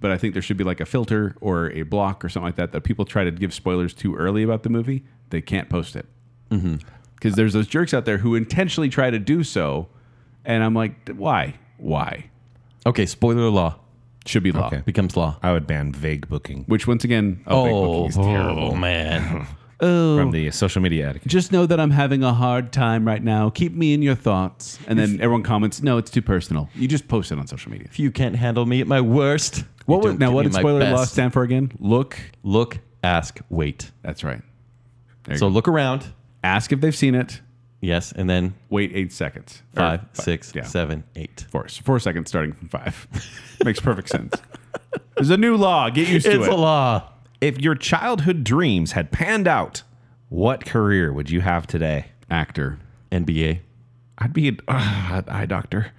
but I think there should be like a filter or a block or something like that that people try to give spoilers too early about the movie they can't post it Mm-hmm. because there's those jerks out there who intentionally try to do so, and I'm like why why okay. Spoiler law should be law Okay. becomes law. I would ban vague booking which once again a big Oh, booking is oh man. from the social media etiquette. just know that I'm having a hard time right now. Keep me in your thoughts. And then everyone comments, no, it's too personal. You just post it on social media. If you can't handle me at my worst, you What was, don't now, give what me did my spoiler law best. stand for again? Look. Look, ask, wait. That's right. So look around. Ask if they've seen it. Yes, and then Wait eight seconds. Or Five, six, yeah. seven, eight. Four, four seconds starting from five. Makes perfect sense. There's a new law. Get used to It's it. a law. If your childhood dreams had panned out, what career would you have today? Actor. NBA. I'd be an uh, eye doctor.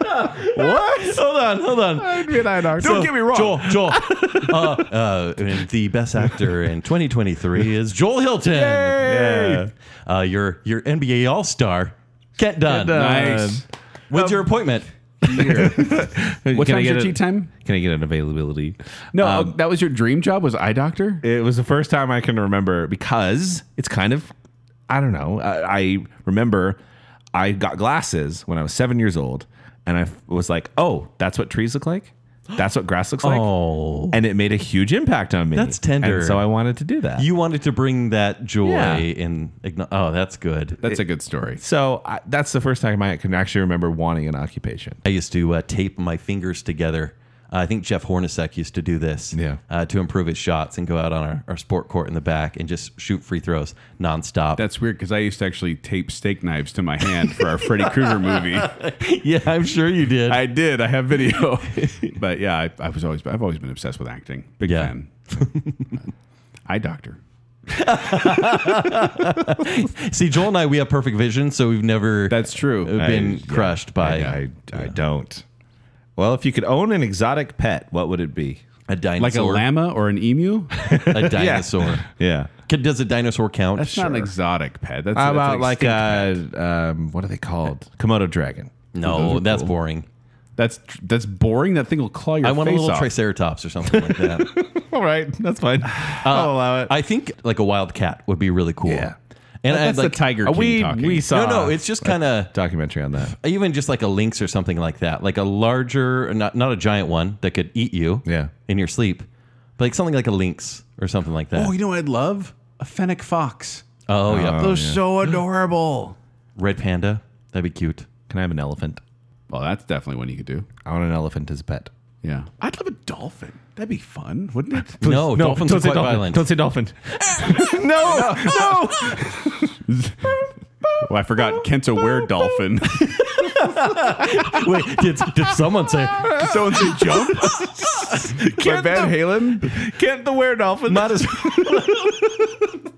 Hold on, hold on. I'd be an eye doctor. Don't get me wrong. Joel, Joel. uh, uh, and the best actor in 2023 is Joel Hilton. Yeah. Uh, your your NBA All Star, Kent Dunn. Nice. When's your appointment? What Can I time's get your a- tea time? Can I get an availability? No, oh, that was your dream job was eye doctor? It was the first time I can remember because it's kind of, I don't know. I, I remember I got glasses when I was seven years old, and I was like, "Oh, that's what trees look like. That's what grass looks like." Oh. and it made a huge impact on me. That's tender. And so I wanted to do that. You wanted to bring that joy Yeah. in. igno- Oh, that's good. That's a good story. so I, that's the first time I can actually remember wanting an occupation. I used to uh, tape my fingers together. Uh, I think Jeff Hornacek used to do this Yeah. uh, to improve his shots and go out on our, our sport court in the back and just shoot free throws nonstop. That's weird because I used to actually tape steak knives to my hand for our Freddy Krueger movie. yeah, I'm sure you did. I did. I have video. but yeah, I, I was always I've always been obsessed with acting. Big Yeah. fan. uh, Eye doctor. See, Joel and I, we have perfect vision, so we've never That's true. been I- crushed by I, I, I don't. Well, if you could own an exotic pet, what would it be? a like a dinosaur. llama or an emu? a dinosaur. Yeah. Could- Does a dinosaur count? That's not an exotic pet. That's, How that's about like, stink- a um, what are they called? Komodo dragon. no, that's boring. that's that's boring. That thing will claw your I want a face little off. triceratops or something like that. All right, that's fine. I'll allow it. I think like a wild cat would be really cool. Yeah. And I That's like the Tiger King we talking. we No, saw no, it's just kind of documentary on that. even just like a lynx or something like that, like a larger, not not a giant one that could eat you, Yeah. in your sleep, but like something like a lynx or something like that. oh, you know what I'd love? A fennec fox. Oh, yeah, Uh-huh. Those so adorable. red panda, that'd be cute. Can I have an elephant? Well, that's definitely one you could do. I want an elephant as a pet. Yeah. I'd love a dolphin. That'd be fun, wouldn't it? no, Oh, dolphins don't are say quite dolphin. violent. Don't say dolphin. no, no. well, I forgot Kent's a were dolphin. Wait, did, did someone say Someone say Jonas? By Van Halen? Can't the were dolphin? not as? you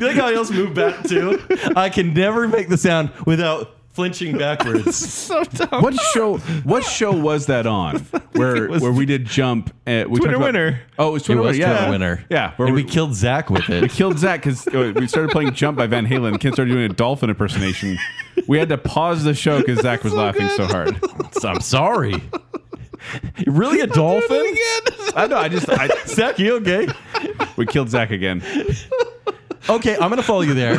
like how he else moved back too? I can never make the sound without flinching backwards. What show? What show was that on? Where where we did jump? At, we Twitter talked about- winner. Oh, it was it Twitter was winner. Yeah, Twitter winner. Yeah, where and we we, killed Zach with we it. killed Zach because we started playing Jump by Van Halen. Kent started doing a dolphin impersonation. We had to pause the show because Zach was laughing so hard. I'm sorry. really a dolphin? I know. I just I, Zach, you okay? we killed Zach again. Okay, I'm gonna follow you there.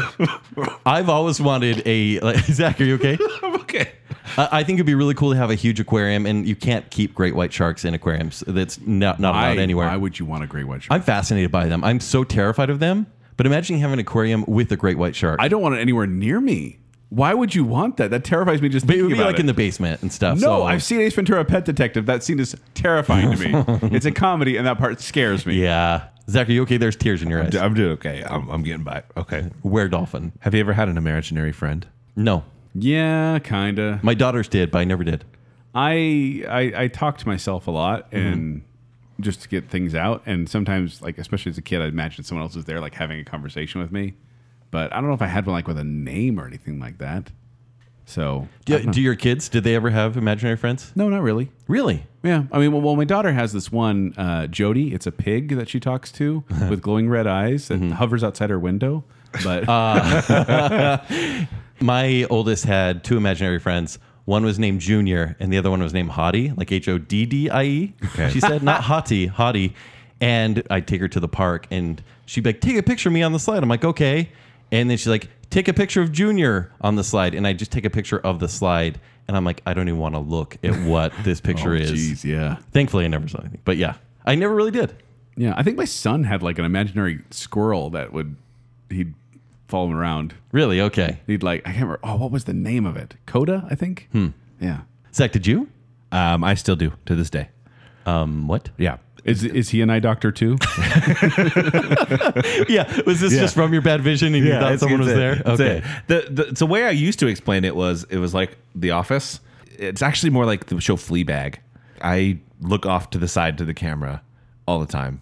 I've always wanted a like, Zach. Are you okay? I'm okay. I think it'd be really cool to have a huge aquarium, and you can't keep great white sharks in aquariums. That's not not allowed I- anywhere. Why would you want a great white shark? I'm fascinated by them. I'm so terrified of them. But imagine having an aquarium with a great white shark. I don't want it anywhere near me. Why would you want that? That terrifies me. Just but it thinking would be about like it. in the basement and stuff. No, so- I've seen Ace Ventura: Pet Detective. That scene is terrifying to me. it's a comedy, and that part scares me. Yeah, Zach, are you okay? There's tears in your eyes. I'm doing okay. I'm, I'm getting by. Okay. Where dolphin? Have you ever had an imaginary friend? No, Yeah, kinda. my daughters did, but I never did. I I, I talk to myself a lot Mm-hmm. and just to get things out. And sometimes, like especially as a kid, I'd imagine someone else was there, like having a conversation with me. But I don't know if I had one like with a name or anything like that. So Do, Uh-huh. do your kids? Did they ever have imaginary friends? no, not really. Really? Yeah, I mean, well, well my daughter has this one uh, Jody. It's a pig that she talks to with glowing red eyes that Mm-hmm. hovers outside her window. But My oldest had two imaginary friends. One was named Junior, and the other one was named Hottie, like H O D D I E. She said, not Hottie, Hottie. And I'd take her to the park, and she'd be like, take a picture of me on the slide. I'm like, okay. And then she's like, take a picture of Junior on the slide. And I just take a picture of the slide, and I'm like, I don't even want to look at what Oh, this picture is. jeez, yeah, Thankfully, I never saw anything. But yeah, I never really did. yeah. I think my son had like an imaginary squirrel that would he'd follow him around. Really? Okay. He'd like I can't remember. Oh, what was the name of it? Coda, I think. Yeah. Zach, did you? Um, I still do to this day. Um, what? Yeah. Is is he an eye doctor too? yeah. Was this just from your bad vision and you thought it's- someone it's was it. there? It's it. The, the the way I used to explain it was it was like The Office. It's actually more like the show Fleabag. I look off to the side to the camera all the time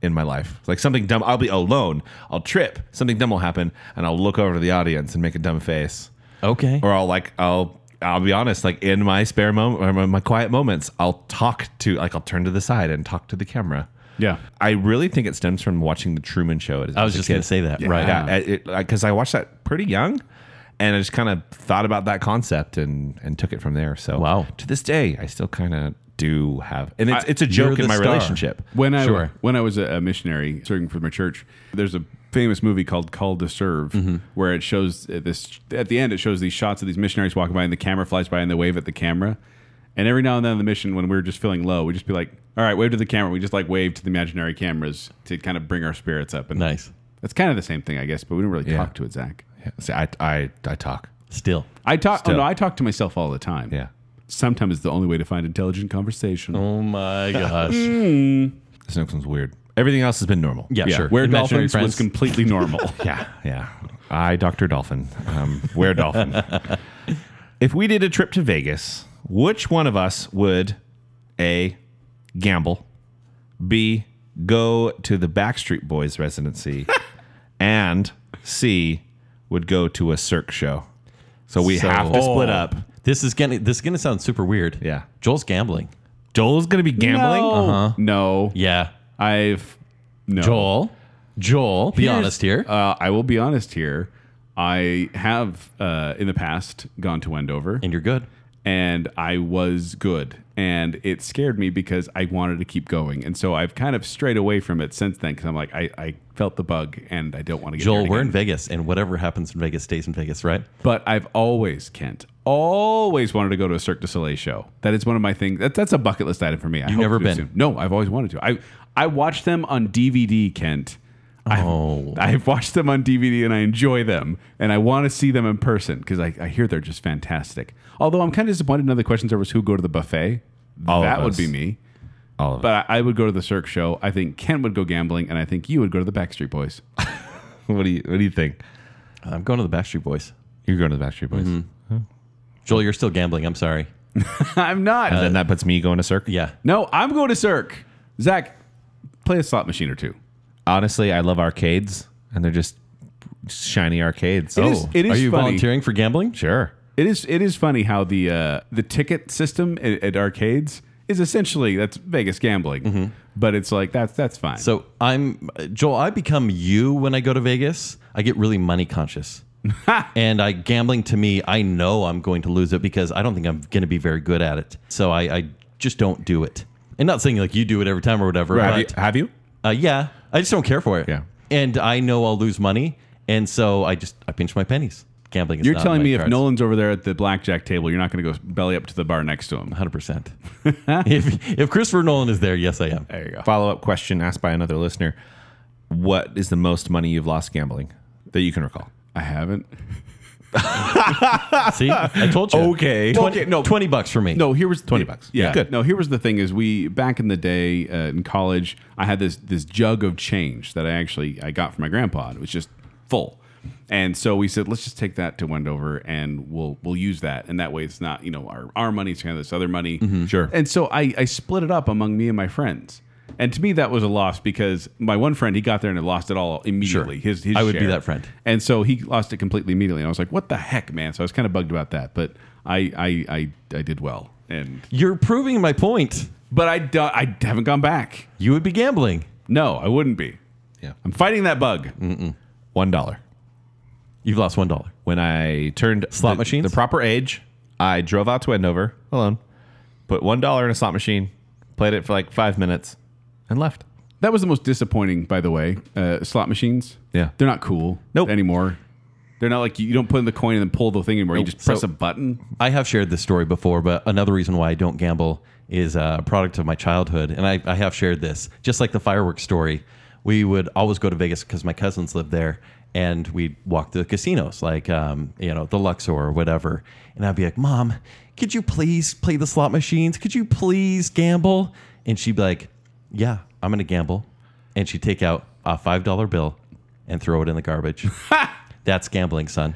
in my life. Like something dumb, I'll be alone. I'll trip. Something dumb will happen, and I'll look over to the audience and make a dumb face. Okay. or I'll like I'll I'll be honest, like in my spare moment or my- my quiet moments, I'll talk to like I'll turn to the side and talk to the camera. Yeah. I really think it stems from watching the Truman Show. As, I was just going to say that. Right. yeah, because I watched that pretty young, and I just kind of thought about that concept and and took it from there. So Wow. to this day, I still kind of do have, and it's I- it's a you're joke in the my star. relationship. When I Sure. when I was a a missionary serving for my church, there's a famous movie called Call to Serve Mm-hmm. where it shows uh, this at the end it shows these shots of these missionaries walking by and the camera flies by and they wave at the camera. And every now and then on the mission when we were just feeling low, we'd just be like, "All right, wave to the camera." We just like wave to the imaginary cameras to kind of bring our spirits up. And Nice. That's kind of the same thing, I guess, but we didn't really talk to it, Zach. Yeah, see, I I I talk. Still. I talk. Oh, Still. no, I talk to myself all the time. Yeah. Sometimes it's the only way to find intelligent conversation. Oh my gosh. This next one's weird. Everything else has been normal. Yeah, sure. Where Imaginary dolphins was friends. completely normal. Yeah, yeah. I, Dr. Dolphin, um, where Dolphin. if we did a trip to Vegas, which one of us would A, gamble, B, go to the Backstreet Boys residency, and C, would go to a Cirque show? So we So- have to split Oh. up. This is gonna this is gonna sound super weird. Yeah. Joel's gambling. Joel's going to be gambling. No. Uh-huh. No. Yeah. I've no. Joel. Joel. Oh. Be Here's- honest here. Uh, I will be honest here. I have uh, in the past gone to Wendover, and you're good. and I was good and it scared me because I wanted to keep going, and so I've kind of strayed away from it since then because I'm like I, I felt the bug and I don't want to get Joel, hurt we're again. in Vegas, and whatever happens in Vegas stays in Vegas, right? But I've always, Kent, always wanted to go to a Cirque du Soleil show. That is one of my things. That, that's a bucket list item for me. I've never been? No, I've always wanted to. I I watched them on DVD, Kent. Oh. I've, I've watched them on DVD and I enjoy them, and I want to see them in person because I, I hear they're just fantastic. Although I'm kind of disappointed. Another question there was who go to the buffet. All of that would us. be me. All of But I, I would go to the Cirque show. I think Ken would go gambling, and I think you would go to the Backstreet Boys. What do you What do you think? I'm going to the Backstreet Boys. You're going to the Backstreet Boys, Mm-hmm. Joel, you're still gambling. I'm sorry. I'm not. and then that puts me going to Cirque. Yeah. No, I'm going to Cirque. Zach, play a slot machine or two. Honestly, I love arcades, and they're just shiny arcades. Oh. It is- it is Are you funny. volunteering for gambling? sure. It is it is funny how the uh, the ticket system at, at arcades is essentially that's Vegas gambling, but it's like that's that's fine. Mm-hmm. So I'm Joel. I become you when I go to Vegas. I get really money conscious, and I gambling to me. I know I'm going to lose it because I don't think I'm going to be very good at it. So I, I just don't do it. And not saying like you do it every time or whatever. Have you, but have you? uh, yeah, I just don't care for it. Yeah. and I know I'll lose money, and so I just I pinch my pennies. Gambling. Is you're not in telling my me if cards. Nolan's over there at the blackjack table, you're not going to go belly up to the bar next to Uh-huh. him. 100%. if, if Christopher Nolan is there, yes, I am. There you go. Follow up question asked by another listener: What is the most money you've lost gambling that you can recall? I haven't. See, I told you. Okay. 20, Okay, no. 20 bucks for me. No, here was Twenty bucks. Yeah, Yeah, good. No, here was the thing: is we back in the day uh, in college, I had this this jug of change that I actually I got from my grandpa. and It was just full, and so we said, let's just take that to Wendover, and we'll we'll use that, and that way it's not you know our our money, it's kind of this other money. Mm-hmm. Sure. And so I I split it up among me and my friends. And to me, that was a loss because my one friend he got there and had lost it all immediately. His, his I would be share. that friend. And so he lost it completely immediately. And I was like, what the heck, man? So I was kind of bugged about that, but I, I, I, I did well. And, You're proving my point. but I, do- I haven't gone back. You would be gambling. No, I wouldn't be. Yeah. I'm fighting that bug. Mm-hmm. One dollar. You've lost one dollar. When I turned Slot the, machines? the proper age, I drove out to Wendover alone, put one dollar in a slot machine, played it for like five minutes, and left. That was the most disappointing, by the way. Uh, slot machines. Yeah. They're not cool Nope. anymore. They're not like you, you don't put in the coin and then pull the thing anymore. Nope. You just press So- a button. I have shared this story before, but another reason why I don't gamble is uh, a product of my childhood. And I, I have shared this, just like the fireworks story. We would always go to Vegas because my cousins lived there, and we'd walk to the casinos, like um, you know the Luxor or whatever. And I'd be like, "Mom, could you please play the slot machines? Could you please gamble?" And she'd be like, "Yeah, I'm gonna gamble." And she'd take out a five dollar bill and throw it in the garbage. That's gambling, son.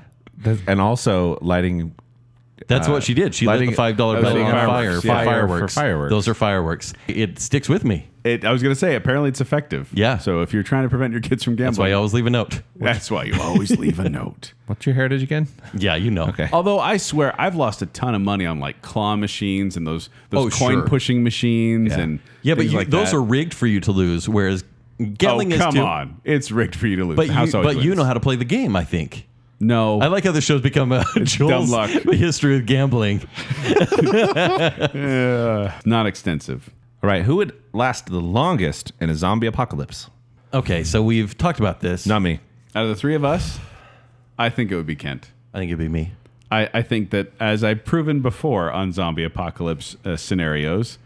And also lighting That's what she did. She lit lighting- the five dollar bill Uh, lighting on fire fireworks, for yeah. fireworks. For fireworks. Those are fireworks. It sticks with me. It, I was going to say, apparently it's effective. Yeah. So if you're trying to prevent your kids from That's why I gambling, always leave a note. that's why you always leave a note. What's your heritage again? Yeah, you know. Okay. Although I swear I've lost a ton of money on like claw machines and those those Oh, coin sure. pushing machines and Yeah, but things you, like those that. are rigged for you to lose, whereas gambling oh is come to- on, it's rigged for you to lose. But The house you, always but you wins. know how to play the game. I think. no, I like how the show's become a Joel's luck. history of gambling. not extensive. All right, who would last the longest in a zombie apocalypse? Okay, so we've talked about this. Not me. Out of the three of us, I think it would be Kent. I think it'd be me. I, I think that as I've proven before on zombie apocalypse uh, scenarios,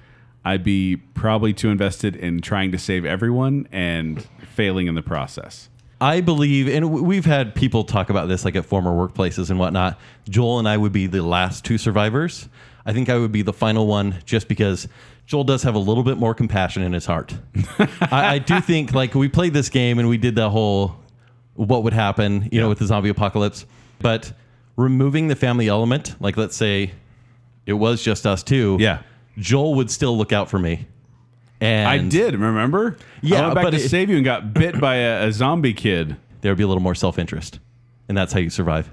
I'd be probably too invested in trying to save everyone and failing in the process. I believe, and w- we've had people talk about this like at former workplaces and whatnot. Joel and I would be the last two survivors. I think I would be the final one just because Joel does have a little bit more compassion in his heart. I, I do think, like, we played this game and we did the whole what would happen, you know, with the zombie apocalypse. But removing the family element, like, let's say it was just us two. Yeah. Joel would still look out for me. And I did, remember? I Yeah, went back but to it- save you and got bit by a, a zombie kid. There would be a little more self interest. And that's how you survive.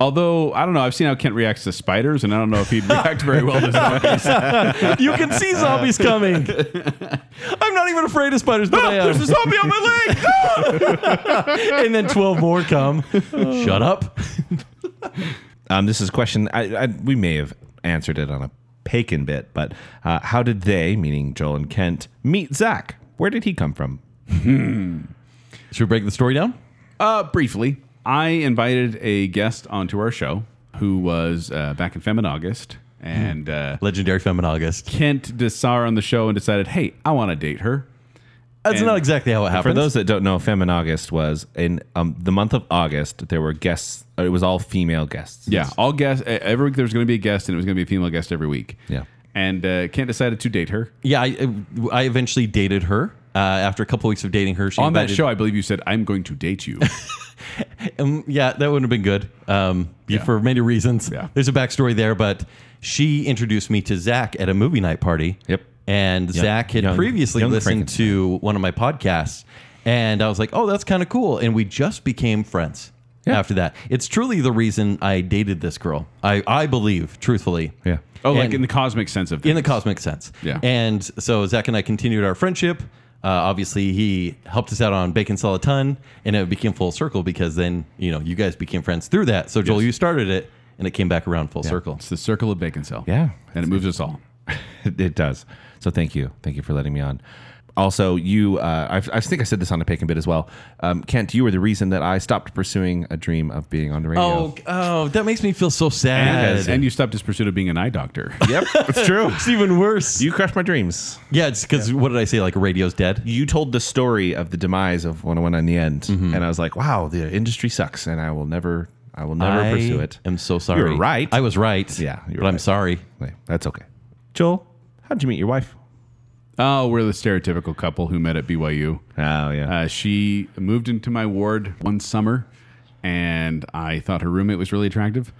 Although I don't know, I've seen how Kent reacts to spiders, and I don't know if he'd react very well to zombies. You can see zombies coming. I'm not even afraid of spiders, but I am. There's a zombie on my leg. and then 12 more come. Shut up. Um, this is a question I, I we may have answered it on a Pagan bit, but uh, how did they, meaning Joel and Kent, meet Zach? Where did he come from? Should we break the story down? Uh, briefly, I invited a guest onto our show who was uh, back in Femin August, and Hmm. uh, Legendary Feminaugust. Kent just saw her on the show and decided, "Hey, I want to date her." That's And- not exactly how it Uh, For happened. those that don't know, Femin August was in um, the month of August. There were guests. uh, It was all female guests. Yeah, all guests. e- Every week there was going to be a guest, and it was going to be a female guest every week. Yeah. and uh, Kent decided to date her yeah, I, I eventually dated her. Uh, after a couple weeks of dating her, she on that invited- show. I believe you said, "I'm going to date you." Um, yeah, that wouldn't have been good um, Yeah. for many reasons. Yeah. There's a backstory there, but she introduced me to Zach at a movie night party. Yep. And Zach had young- previously young listened Frankenstein. to one of my podcasts, and I was like, oh, that's kind of cool. And we just became friends after that. It's truly the reason I dated this girl. I, I believe, truthfully. Yeah. Oh, like And- in the cosmic sense of in things. the cosmic sense. Yeah. And so Zach and I continued our friendship. Uh, obviously, he helped us out on Bacon Sell a Ton, and it became full circle because then you know you guys became friends through that. So Joel, you started it, and it came back around full circle. it's the circle of bacon cell. Yeah. and it moves us all. it does. So thank you, thank you for letting me on. Also, you, uh, I've, I think I said this on the Pagan bit as well. Um, Kent, you were the reason that I stopped pursuing a dream of being on the radio. Oh, oh, that makes me feel so sad. and you stopped his pursuit of being an eye doctor. yep, it's true. it's even worse. You crushed my dreams. yeah, it's because what did I say? Like radio's dead. You told the story of the demise of 101 on the end, and I was like, "Wow, the industry sucks, and I will never, I will never I pursue it." I'm so sorry. You're right. I was right. Yeah, but you're I'm right. sorry. Wait, that's okay. Joel, how did you meet your wife? Oh, we're the stereotypical couple who met at BYU. Oh yeah, Uh, she moved into my ward one summer, and I thought her roommate was really attractive.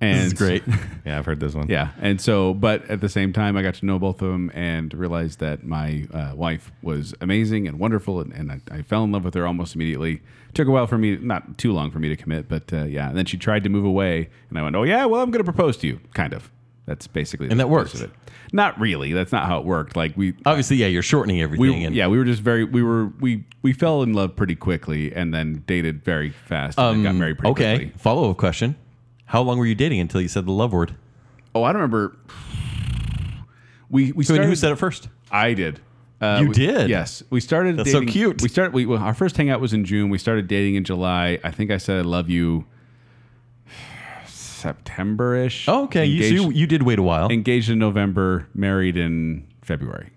And This is great. yeah, I've heard this one. Yeah, and so, but at the same time, I got to know both of them and realized that my uh, wife was amazing and wonderful, and, and I, I fell in love with her almost immediately. Took a while for me, not too long for me to commit, but uh, yeah. And then she tried to move away, and I went, "Oh yeah, well, I'm going to propose to you." Kind of. That's basically And the that worked. gist of it. Not really. That's not how it worked. Like we Obviously, yeah, you're shortening everything. we, and yeah, we were just very we were we we fell in love pretty quickly and then dated very fast and then got married pretty um, Okay. quickly. Follow up question. How long were you dating until you said the love word? Oh, I don't remember. I We we mean, started. who said it first? I did. Uh, You we- did? Yes, we started. That's so dating, cute. We started. We well, our first hangout was in June. We started dating in July. I think I said I love you. September ish. Oh, okay. You, so you, you did wait a while. engaged in November, married in February.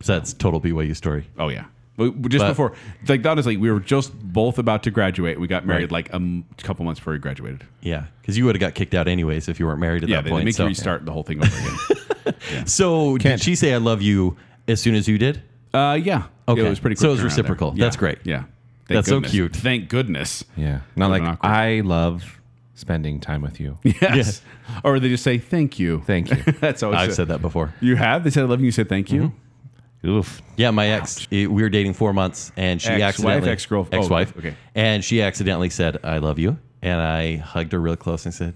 So that's total BYU story. Oh yeah. We, we- just But- before, like honestly, we were just both about to graduate. We got married Right. like a m- couple months before we graduated. Yeah. Because you would have got kicked out anyways if you weren't married at Yeah, that they, point. they make so, you restart the whole thing over again. so did Can't. she say I love you as soon as you did? uh, yeah, Okay. it was pretty. Quick So it was turnaround there. reciprocal. Yeah. That's great. Yeah, Thank That's so goodness. cute. Thank goodness. yeah. Not Sort like of awkward. I love spending time with you. Yes. Or they just say thank you. Thank you. That's always I've a- said that before. Mm-hmm. You have? They said I love you. You said thank you. Oof. Yeah, my ex, eh, we were dating four months and she Ex-wife, accidentally. ex-girlf- oh, Ex-wife. okay. And she accidentally said, I love you. And I hugged her real close and said,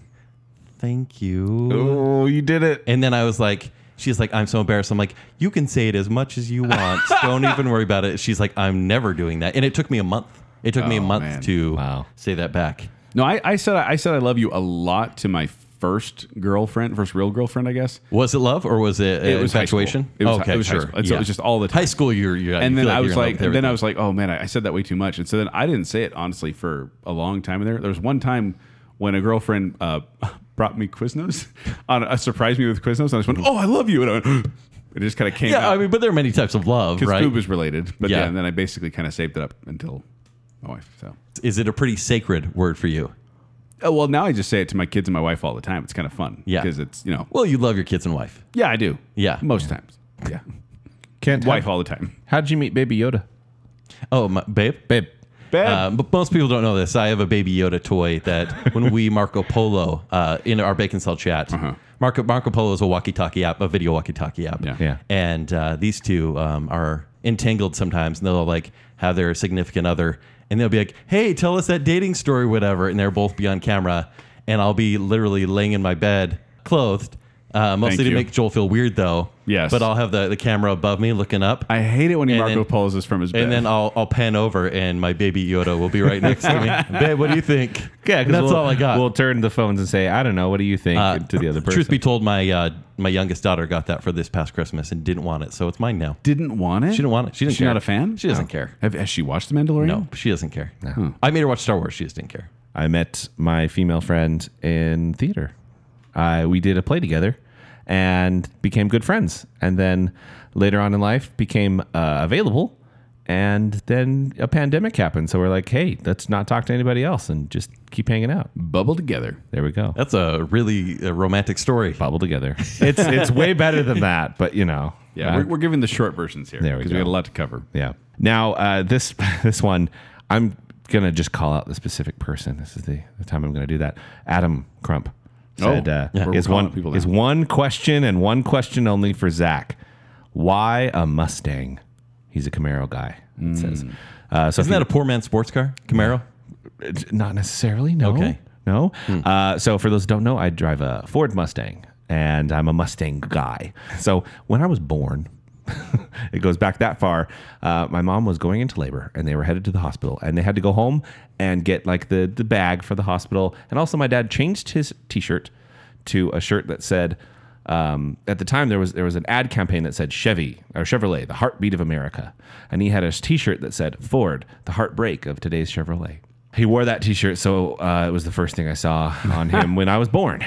thank you. Oh, you did it. And then I was like, she's like, I'm so embarrassed. I'm like, you can say it as much as you want. Don't even worry about it. She's like, I'm never doing that. And it took me a month. It took me a Oh, month man. to Wow. say that back. No, I, I said I said I love you a lot to my first girlfriend, first real girlfriend, I guess. Was it love or was it, it was high school. infatuation? Oh, It was- okay, it was high sure. school. And so it was just all the time. High school, you're, you're and you then feel I you're was in love like, with and then I everything. was like, oh man, I, I said that way too much. And so then I didn't say it honestly for a long time in there. There was one time when a girlfriend uh, brought me Quiznos, on uh, surprised me with Quiznos, and I just went, oh, I love you, and I went, it just kind of came yeah, out I mean, but there are many types of love, because right? food was related. But yeah. Yeah. and then I basically kind of saved it up until my wife. So Is it a pretty sacred word for you? oh, well, now I just say it to my kids and my wife all the time. It's kind of fun, Yeah. because it's you know, Well, you love your kids and wife. yeah, I do, Yeah. most times, yeah, Kent, wife all the time. How'd you meet Baby Yoda? Oh, my, babe? Babe. Babe. Uh, but most people don't know this. I have a Baby Yoda toy that when we Marco Polo uh, in our Bacon Cell chat, Uh-huh. Marco Marco Polo is a walkie-talkie app, a video walkie-talkie app. Yeah. Yeah. And uh, these two um, are entangled sometimes, and they'll like have their significant other, and they'll be like, "Hey, tell us that dating story, whatever," and they'll both be on camera, and I'll be literally laying in my bed, clothed, uh, mostly to you. make Joel feel weird though. Yes. But I'll have the, the camera above me looking up. I hate it when he And Marco then- Polo's us from his bed. and then I'll, I'll pan over and my baby Yoda will be right next to me. Babe, what do you think? Yeah, 'cause that's we'll- all I got. We'll turn the phones and say, I don't know. What do you think Uh, to the other person? Truth be told, my uh, my youngest daughter got that for this past Christmas and didn't want it, so it's mine now. didn't want it. She didn't want it. She didn't She's not care. a fan. She doesn't care. Have, has she watched The Mandalorian? No, she doesn't care. I made her watch Star Wars. She just didn't care. I met my female friend in theater. I we did a play together and became good friends. And then later on in life became uh, available. And then a pandemic happened, so we're like, "Hey, let's not talk to anybody else and just keep hanging out." Bubble together. There we go. That's a really uh, romantic story. Bubble together. It's it's way better than that, but you know, Yeah, uh, we're, we're giving the short versions here There we because we go. got a lot to cover. Yeah. Now uh, this this one, I'm gonna just call out the specific person. This is the, the time I'm gonna do that. Adam Crump said Oh, uh, yeah. We're is calling one people is now. one question and one question only for Zach. Why a Mustang? He's a Camaro guy. It Hmm. says. Uh, so if Isn't that you- a poor man's sports car? Camaro? it's Not necessarily. No. Okay. No. Uh, so for those who don't know, I drive a Ford Mustang, and I'm a Mustang guy. So when I was born, it goes back that far. Uh, my mom was going into labor, and they were headed to the hospital, and they had to go home and get like the the bag for the hospital. And also, my dad changed his T-shirt to a shirt that said. Um, at the time, there was there was an ad campaign that said Chevy or Chevrolet, the heartbeat of America, and he had a T-shirt that said Ford, the heartbreak of today's Chevrolet. He wore that T-shirt, so uh, it was the first thing I saw on him when I was born.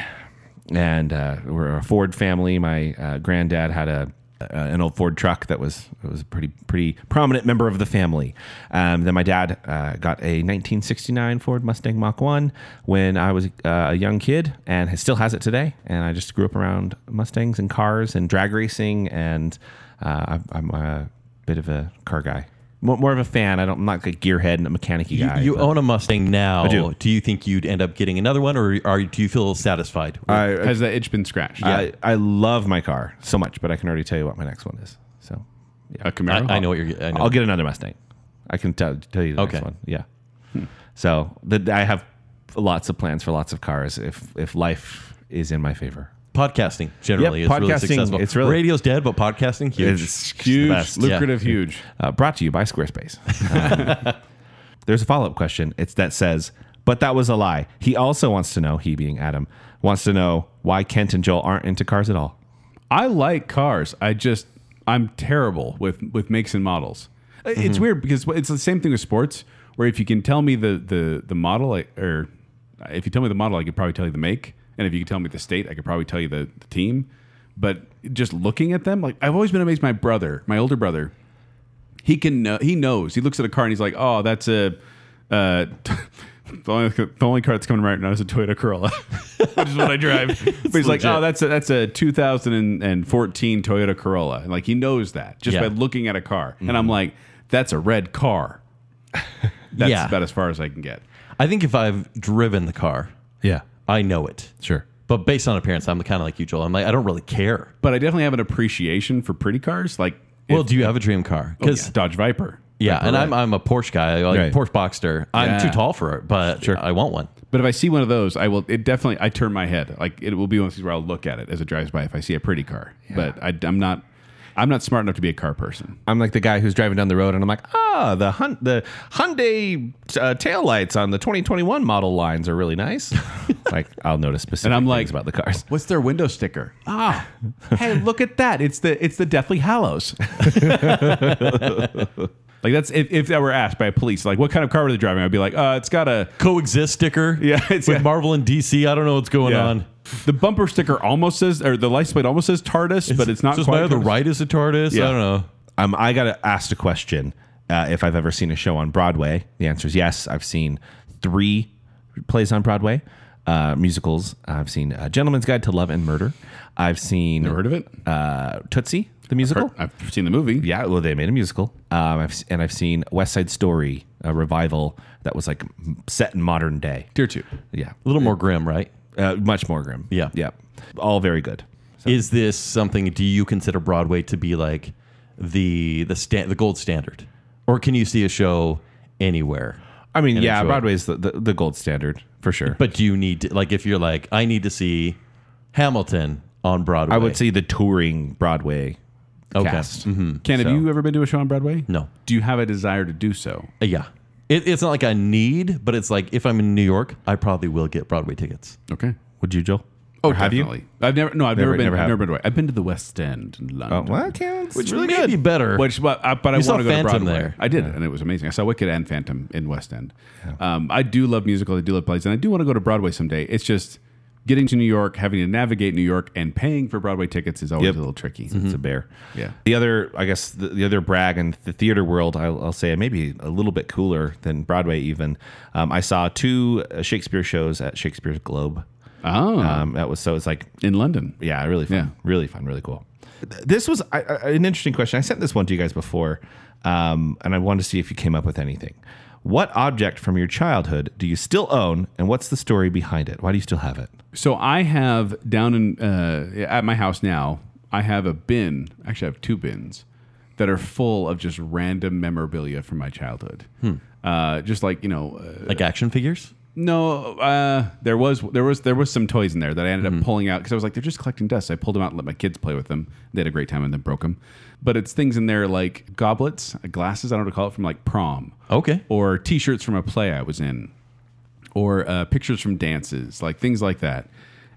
And uh, we're a Ford family. My uh, granddad had a uh, an old Ford truck that was it was a pretty pretty prominent member of the family. Um, then my dad uh, got a 1969 Ford Mustang Mach One when I was uh, a young kid, and he still has it today. And I just grew up around Mustangs and cars and drag racing, and uh, I, I'm a bit of a car guy. More more of a fan. I don't. I'm not like a gearhead and a mechanicy You, guy. you but- own a Mustang now. do. you think you'd end up getting another one, or are do you feel satisfied? Has that itch been scratched? I, I love my car so much, but I can already tell you what my next one is. So a Camaro. I, I know what you're. I know. I'll get another Mustang. I can tell, tell you the Okay. next one. Yeah. So the, I have lots of plans for lots of cars if if life is in my favor. podcasting generally Yep, is really podcasting, successful. it's really- radio's dead, but podcasting huge. the huge, best. lucrative, huge. Uh, brought to you by Squarespace. Um, there's a follow up question. It's that says, but that was a lie. He also wants to know, he being Adam, wants to know why Kent and Joel aren't into cars at all. I like cars. I just I'm terrible with with makes and models. Uh, It's weird because it's the same thing with sports, where if you can tell me the the the model, I, or if you tell me the model, I could probably tell you the make, and if you could tell me the state, I could probably tell you the, the team. But just looking at them, like I've always been amazed. My brother, my older brother, he can know, he knows. He looks at a car and he's like, "Oh, that's a." Uh, The only, the only car that's coming right now is a Toyota Corolla, which is what I drive. but he's like, legit. oh, that's a, that's a 2014 Toyota Corolla. And like he knows that just Yeah. Mm-hmm. by looking at a car. And I'm like, that's a red car. That's Yeah. about as far as I can get. I think if I've driven the car, Yeah. I know it. Sure. But based on appearance, I'm kind of like you, Joel. I'm like, I don't really care. But I definitely have an appreciation for pretty cars. Like, Well, if- do you have a dream car? oh, Because yeah, Dodge Viper. yeah, and I'm, I'm a Porsche guy, like Right. Porsche Boxster. I'm Yeah. too tall for it, but I want one. But if I see one of those, I will. It definitely. I turn my head. Like it will be one of these where I'll look at it as it drives by if I see a pretty car. But I, I'm not. I'm not smart enough to be a car person. I'm like the guy who's driving down the road, and I'm like, ah, the Hun- the Hyundai uh, taillights on the 2021 model lines are really nice. like, I'll notice specific And I'm like- things about the cars. What's their window sticker? Ah, hey, look at that! It's the it's the Deathly Hallows. like that's if, if that were asked by police, like what kind of car were they driving? I'd be like, uh, it's got a Coexist sticker. Yeah, it's- with Marvel and DC. I don't know what's going yeah. on. The bumper sticker almost says, or the license plate almost says TARDIS, but it's not Says quite. my other TARDIS. right is a TARDIS. Yeah. I don't know. Um, I got asked a question uh, if I've ever seen a show on Broadway. The answer is yes. I've seen three plays on Broadway, uh, musicals. I've seen uh, Gentleman's Guide to Love and Murder. I've seen Never heard of it? Uh, Tootsie, the musical. I've seen the movie. Yeah, well, they made a musical, um, I've, s- and I've seen West Side Story, a revival that was like m- set in modern day. Dear two. Yeah, A little more grim, right? uh, much more grim. Yeah. yeah, all very good. Is this something? Do you consider Broadway to be like the the stand the gold standard, or can you see a show anywhere? I mean, yeah, enjoy. Broadway's the, the the gold standard for sure. But do you need to like if you're like I need to see Hamilton? on Broadway. I would say the touring Broadway Okay. Mm-hmm. cast. Ken, have you ever been to a show on Broadway? No. Do you have a desire to do so? Uh, yeah. It, it's not like I need, but it's like if I'm in New York, I probably will get Broadway tickets. Okay. Would you, Joel? Oh, Or have you? definitely. I've never. No, I've never, Never- been. never Oh, I've have. never been to. I've been to the West End in London. It's Which really may be better. Which, but I, but I You saw want to go to Phantom Broadway. there. I did, and it was amazing. I saw Wicked and Phantom in West End. Um, I do love musicals. I do love plays, and I do want to go to Broadway someday. It's just getting to New York, having to navigate New York, and paying for Broadway tickets is always Yep. a little tricky. Mm-hmm. It's a bear. Hmm. Yeah. The other, I guess, the, the other brag in the theater world, I'll, I'll say, maybe a little bit cooler than Broadway. Even um, I saw two uh, Shakespeare shows at Shakespeare's Globe. Oh, Um, that was so. It's like, in London. yeah, really fun, Yeah. really fun, really cool. Th- This was I, I, an interesting question. I sent this one to you guys before, um, and I wanted to see if you came up with anything. What object from your childhood do you still own, and what's the story behind it? Why do you still have it? So I have down in uh, at my house now. I have a bin. Actually, I have two bins that are full of just random memorabilia from my childhood. Uh, just like you know, uh, like action figures? No, uh, there was there was there was some toys in there that I ended up pulling out because I was like, they're just collecting dust. I pulled them out and let my kids play with them. They had a great time and then broke them. But it's things in there like goblets, glasses. I don't know what to call it from like prom. Okay. Or T-shirts from a play I was in, or uh, pictures from dances, like things like that.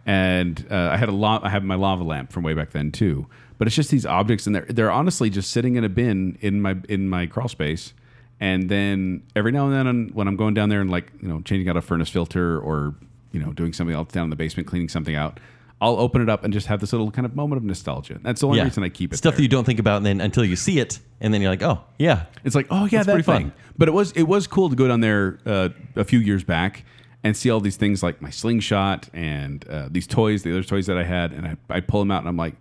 And uh, I had a lot. I had my lava lamp from way back then too. But it's just these objects, and they're they're honestly just sitting in a bin in my in my crawl space. And then every now and then, on- when I'm going down there and like you know changing out a furnace filter or you know doing something else down in the basement, cleaning something out, I'll open it up and just have this little kind of moment of nostalgia. That's the only reason I keep it. Stuff there. that you don't think about and then until you see it, and then you're like, oh, yeah. It's like, oh yeah, That's that's that pretty fun. thing. But it was it was cool to go down there uh, a few years back and see all these things like my slingshot and uh, these toys, the other toys that I had, and I, I pull them out and I'm like,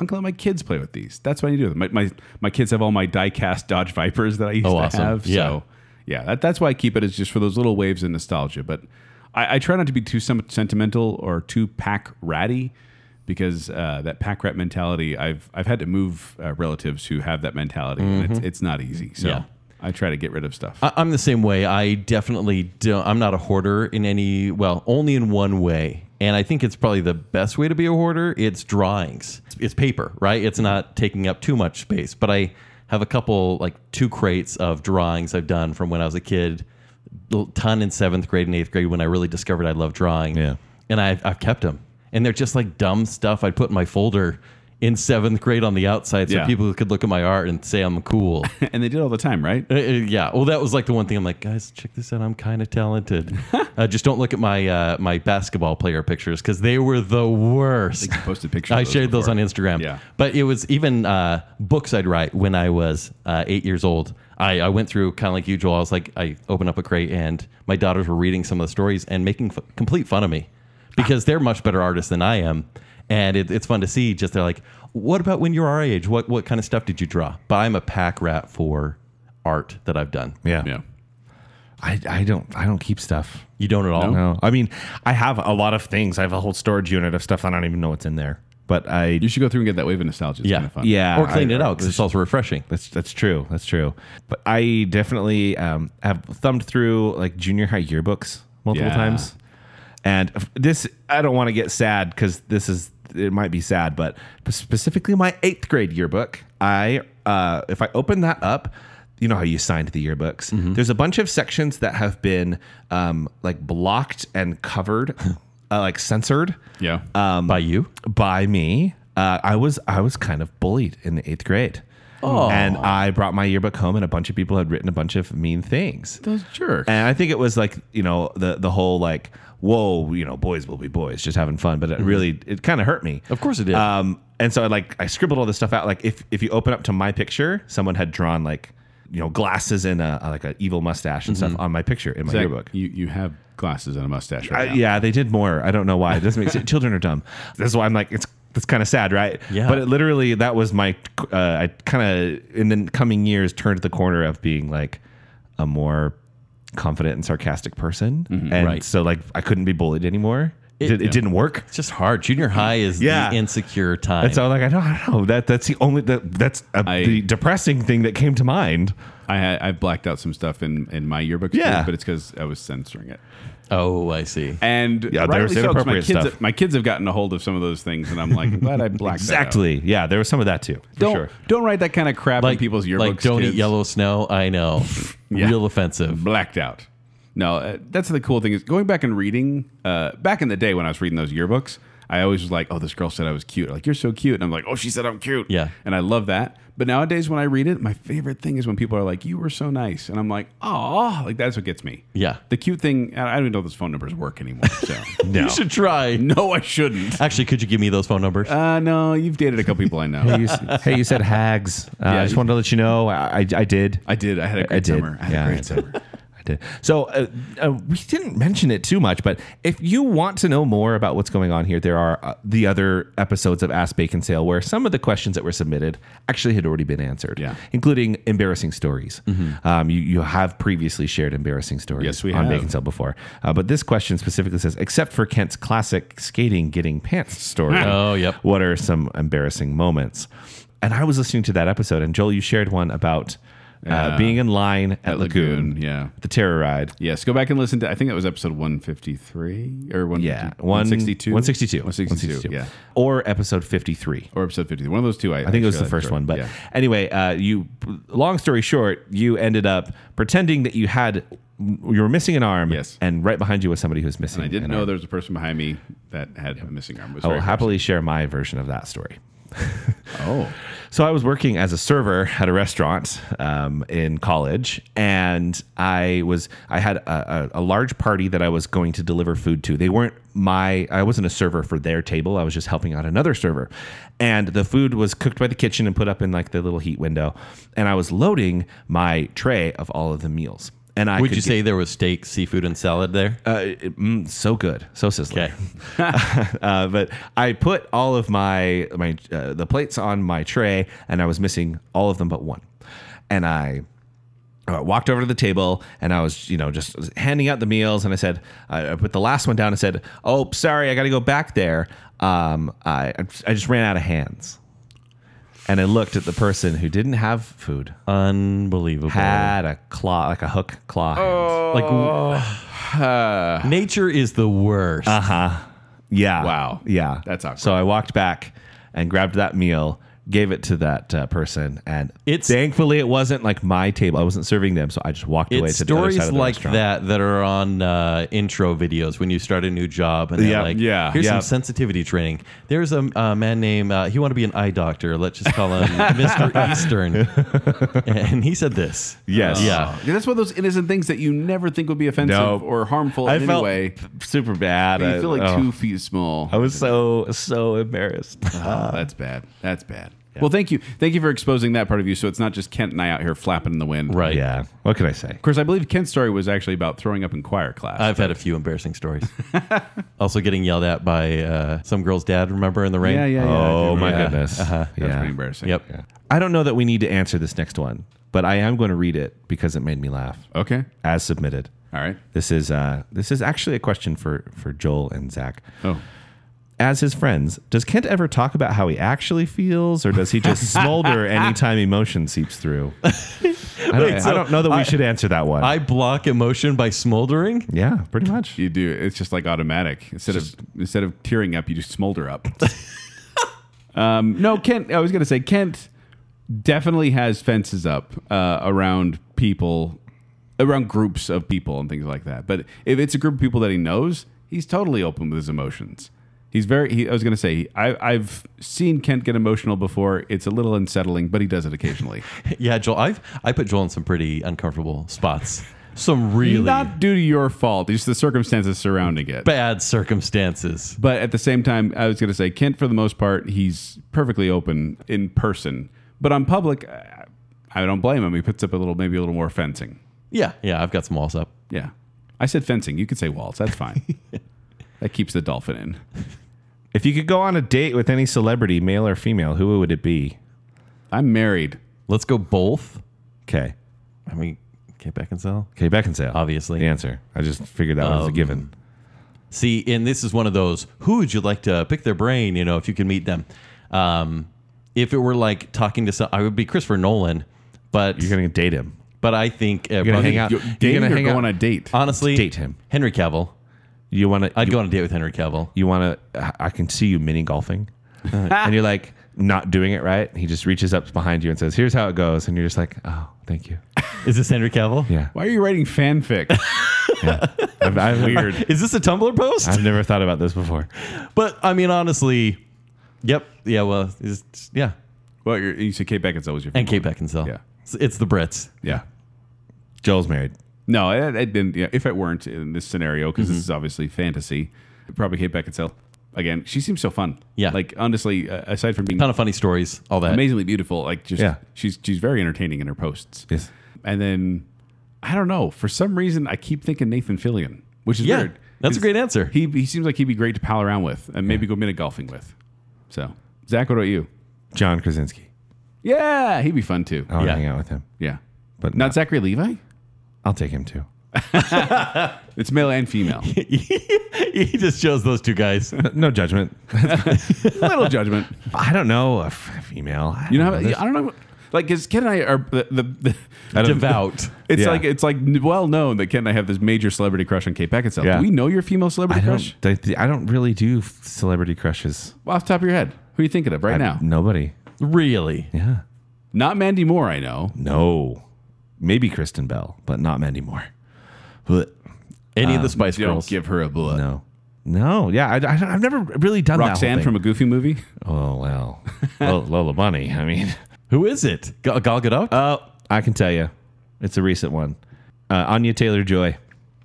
I'm gonna let my kids play with these. That's what I need to do. My my, my kids have all my die-cast Dodge Vipers that I used Oh, to awesome. have. Yeah. So yeah, that, that's why I keep it is just for those little waves of nostalgia. But I, I try not to be too sem- sentimental or too pack ratty because uh, that pack rat mentality. I've I've had to move uh, relatives who have that mentality, and it's, it's not easy. So Yeah. Uh, I try to get rid of stuff. I, I'm the same way. I definitely don't. I'm not a hoarder in any, well, only in one way. And I think it's probably the best way to be a hoarder. It's drawings, it's paper, right? It's not taking up too much space. But I have a couple, like two crates of drawings I've done from when I was a kid, a ton in seventh grade and eighth grade when I really discovered I love drawing. Yeah. And I've, I've kept them. And they're just like dumb stuff I'd put in my folder in seventh grade on the outside so Yeah. people could look at my art and say I'm cool. and they did all the time, right? Uh, uh, yeah. Well, that was like the one thing. I'm like, guys, check this out. I'm kind of talented. uh, just don't look at my uh, my basketball player pictures because they were the worst. you posted pictures I of those shared those on before. Instagram. Yeah. But it was even uh, books I'd write when I was uh, eight years old. I, I went through kind of like usual. I was like, I opened up a crate and my daughters were reading some of the stories and making f- complete fun of me because they're much better artists than I am. And it, it's fun to see. Just they're like, what about when you were our age? What what kind of stuff did you draw? But I'm a pack rat for art that I've done. Yeah. I, I don't I don't keep stuff. You don't at all. No, I mean I have a lot of things. I have a whole storage unit of stuff. I don't even know what's in there. But I You should go through and get that wave of nostalgia. It's Yeah. kind of fun. yeah, Or clean I- it out because it's also refreshing. That's that's true. That's true. But I definitely um, have thumbed through like junior high yearbooks multiple Yeah. times. And f- this I don't want to get sad because this is it might be sad, but specifically my eighth grade yearbook. I uh, if I open that up. You know how you signed the yearbooks. Mm-hmm. There's a bunch of sections that have been um, like blocked and covered, uh, like censored Yeah. Um, By you? by me. Uh, I was I was kind of bullied in the eighth grade. Oh. And I brought my yearbook home, and a bunch of people had written a bunch of mean things. Those jerks. And I think it was like you know the the whole like whoa you know boys will be boys just having fun, but it really it kind of hurt me. Mm-hmm. Of course it did. Um, and so I like I scribbled all this stuff out. Like if if you open up to my picture, someone had drawn like you know glasses and a like an evil mustache Mm-hmm. and stuff on my picture in my Zach, yearbook. You you have glasses and a mustache I- right now. yeah, they did more. I don't know why. It doesn't make sense. Children are dumb. That's why I'm like, it's that's kind of sad, right? Yeah. But it literally, that was my. Uh, I kind of in the coming years turned the corner of being like a more confident and sarcastic person, and Right. so like I couldn't be bullied anymore. Mm-hmm. It, it, didn't work. It's just hard. Junior high is Yeah. the insecure time. And so I'm like, I don't, I don't know. That that's the only that that's uh I- the depressing thing that came to mind. I had I've blacked out some stuff in in my yearbook, Yeah. too, but it's because I was censoring it. Oh, I see. And Yeah, there rightly was so, 'cause my inappropriate kids stuff. my kids have gotten a hold of some of those things, and I'm like, I'm glad I blacked that out. Exactly. Yeah, there was some of that too. For Don't sure. don't write that kind of crap in people's yearbooks. like don't kids. eat yellow snow. I know, Yeah. real offensive. blacked out. No, uh, that's the cool thing is going back and reading. Uh, back in the day when I was reading those yearbooks, I always was like, "Oh, this girl said I was cute." Like, "You're so cute," and I'm like, "Oh, she said I'm cute." Yeah. and I love that. But nowadays, when I read it, my favorite thing is when people are like, "You were so nice," and I'm like, "Oh, like that's what gets me." Yeah. the cute thing. I I don't even know if those phone numbers work anymore. So You should try. no, I shouldn't. Actually, could you give me those phone numbers? Uh, no, you've dated a couple people I know. Hey, you, s- hey, you said hags. Uh, Yeah, I just you- wanted to let you know I, I, I did. I did. I had a great I did. summer. I had yeah, a I great did. summer. I did. So uh, uh, we didn't mention it too much, but if you want to know more about what's going on here, there are uh, the other episodes of Ask Bacon Sale where some of the questions that were submitted actually had already been answered, Yeah. Mm-hmm. including embarrassing stories. Um, you, you have previously shared embarrassing stories Yes, we on have. Bacon Sale before. Uh, but this question specifically says, except for Kent's classic skating getting pants story. Oh, yep. What are some embarrassing moments? And I was listening to that episode, and Joel, you shared one about uh, being in line at, Lagoon, Lagoon, yeah. the terror ride. Yes, go back and listen to. I think that was episode one fifty three or one Yeah, one sixty two 162. one sixty two yeah Or episode 53. or episode fifty one of those two. I, I think it was the first one. But anyway, uh, you, long story short, you ended up pretending that you had, you were missing an arm. Yes. And right behind you was somebody who was missing I didn't an know arm. there was a person behind me that had a missing arm. It was I will very happily share my version of that story. embarrassing. Oh, So I was working as a server at a restaurant um, in college, and I was I had a, a, a large party that I was going to deliver food to. They weren't my I wasn't a server for their table. I was just helping out another server, and the food was cooked by the kitchen and put up in like the little heat window. And I was loading my tray of all of the meals. And I Would could you get- say there was steak, seafood, and salad there? uh, it- mm, so good, so sizzling. Okay. uh, but I put all of my my uh, the plates on my tray, and I was missing all of them but one. And I uh, walked over to the table, and I was you know just handing out the meals, and I said I, I put the last one down and said, "Oh, sorry, I got to go back there. Um, I I just ran out of hands." And I looked at the person who didn't have food, Unbelievable. had a claw, like a hook claw. hands. like w- nature is the worst. Yeah. Wow. Yeah. That's awkward. So I walked back and grabbed that meal, gave it to that uh, person, and It's- thankfully it wasn't like my table. I wasn't serving them, so I just walked away it's to the other side stories of the like restaurant. that that are on uh, intro videos when you start a new job and they're Yeah, like, yeah, here's yeah. some sensitivity training. There's a, uh man named, uh, he wanted to be an eye doctor. Let's just call him Mr. Eastern. And he said this. Yes. Yeah. Oh, yeah, that's one of those innocent things that you never think would be offensive Nope. or harmful I in felt any way. super bad. But I you feel like oh, two feet small. I was so so embarrassed. Oh, that's bad. That's bad. Well, thank you, thank you for exposing that part of you. So it's not just Kent and I out here flapping in the wind, Right. yeah. What can I say? Of course, I believe Kent's story was actually about throwing up in choir class. I've had a few embarrassing stories. also getting yelled at by uh, some girl's dad, remember, in the rain? Oh, yeah, yeah, yeah. I do oh my remember that. goodness. That's Yeah. pretty embarrassing. Yep. I don't know that we need to answer this next one, but I am going to read it because it made me laugh. Okay. As submitted. All right. This is uh, this is actually a question for for Joel and Zach. Oh. as his friends, does Kent ever talk about how he actually feels, or does he just smolder anytime emotion seeps through? I don't, I don't know that we should answer that one. I block emotion by smoldering. yeah, pretty much. You do. It's just like automatic. Instead of instead of tearing up, you just smolder up. um, no, Kent. I was gonna say Kent definitely has fences up uh, around people, around groups of people and things like that. But if it's a group of people that he knows, he's totally open with his emotions. He's very. He, I was gonna say I, I've seen Kent get emotional before. It's a little unsettling, but he does it occasionally. Yeah, Joel, I've I put Joel in some pretty uncomfortable spots. Some really Not due to your fault, just the circumstances surrounding it. bad circumstances. But at the same time, I was going to say Kent, for the most part, he's perfectly open in person. But on public, I- I don't blame him. He puts up a little, maybe a little more fencing. Yeah, yeah, I've got some walls up. Yeah. I said fencing. You could say walls. That's fine. that keeps the dolphin in. If you could go on a date with any celebrity, male or female, who would it be? I'm married. Let's go both. Okay. I mean, get back and sell. Okay, Beckinsale. Obviously. The answer. I just figured that was a Um, given. See, and this is one of those who would you like to pick their brain, you know, if you could meet them. Um, if it were like talking to some, I would be Christopher Nolan, but You're going to date him. But I think uh, gonna probably- hang out- You- You're dating gonna or hang go out- Uh, on a date? Honestly, Date him. Henry Cavill. You want to? I'd go on a date with Henry Cavill. You want to? I can see you mini golfing, Uh, and you're like not doing it right. He just reaches up behind you and says, "Here's how it goes," and you're just like, "Oh, thank you." Is this Henry Cavill? Yeah, Why are you writing fanfic? I've, I've, weird. Is this a Tumblr post? I've never thought about this before. but I mean, honestly, yep. Yeah, well, it's, yeah. well, you're, you said Kate Beckinsale was your And Kate Beckinsale. Yeah. It's, it's the Brits. yeah. Joel's married. No, it, it didn't. Yeah, if it weren't in this scenario, because Mm-hmm. this is obviously fantasy, probably Kate Beckinsale. Again, she seems so fun. Yeah. like honestly, uh, aside from being Ton of funny stories, all that. amazingly beautiful, like just Yeah. she's she's very entertaining in her posts. Yes. And then I don't know for some reason I keep thinking Nathan Fillion, which is Yeah, weird. that's a 'cause great answer. He he seems like he'd be great to pal around with and maybe go minute golfing with. So Zach, what about you? John Krasinski. Yeah, he'd be fun too. I want Yeah. to hang out with him. Yeah, But not Zachary Levi. I'll take him too. It's male and female. he just chose those two guys. No judgment. Little judgment. I don't know a f- female. I You know, don't how, this- I don't know. Like, because Ken and I are the, the, the Devout. It's Yeah. like it's like well known that Ken and I have this major celebrity crush on Kate Beckinsale. Yeah. Do we know your female I celebrity don't. crush? I th- I don't really do f- celebrity crushes. Off the top of your head, who are you thinking of right I- now? nobody. Really? Yeah. Not Mandy Moore, I know. No. Maybe Kristen Bell, but not Mandy Moore. But Any of the Spice Don't Girls? give her a bullet. no. No. Yeah. I, I, have never really done Roxanne that. whole from a Goofy movie. thing. Oh well. L- Lola Bunny. I mean. Who is it? Gal, Gal Gadot? Oh, I can tell you, it's a recent one. Uh, Anya Taylor Joy.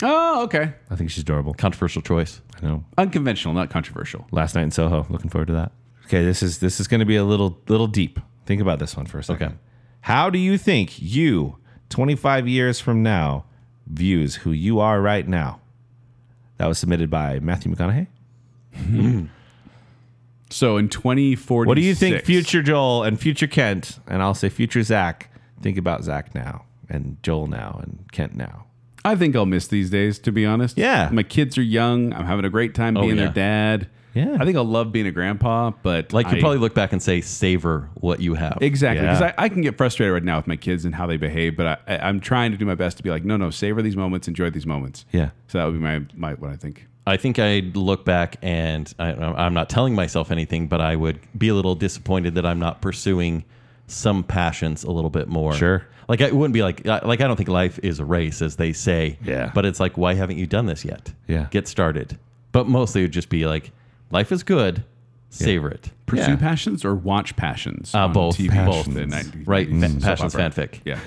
Oh, okay. I think she's adorable. Controversial choice. I know. Unconventional, not controversial. Last night in Soho. Looking forward to that. Okay, this is this is going to be a little little deep. Think about this one for a second. Okay. How do you think you 25 years from now views who you are right now? That was submitted by Matthew McConaughey. So in 2046, What do you think future Joel and future Kent and I'll say future Zach think about Zach now and Joel now and Kent now? I think I'll miss these days, to be honest. Yeah. Oh, my kids are young. I'm having a great time being yeah. their dad. Yeah. I think I'll love being a grandpa, but Like, you I- probably look back and say, savor what you have. Exactly, because Yeah. I, I can get frustrated right now with my kids and how they behave, but I, I, I'm trying to do my best to be like, no, no, savor these moments, enjoy these moments. Yeah. So that would be my, my what I think. I think I'd look back and I, I'm not telling myself anything, but I would be a little disappointed that I'm not pursuing some passions a little bit more. Sure. Like I wouldn't be like I- like I don't think life is a race as they say. Yeah. But it's like why haven't you done this yet? Yeah. Get started. But mostly it would just be like life is good, savor it. Pursue Yeah. passions or watch passions? Uh, on both. TV Both. at night. Right. Mm. Fa- passions Soap opera. fanfic. Yeah.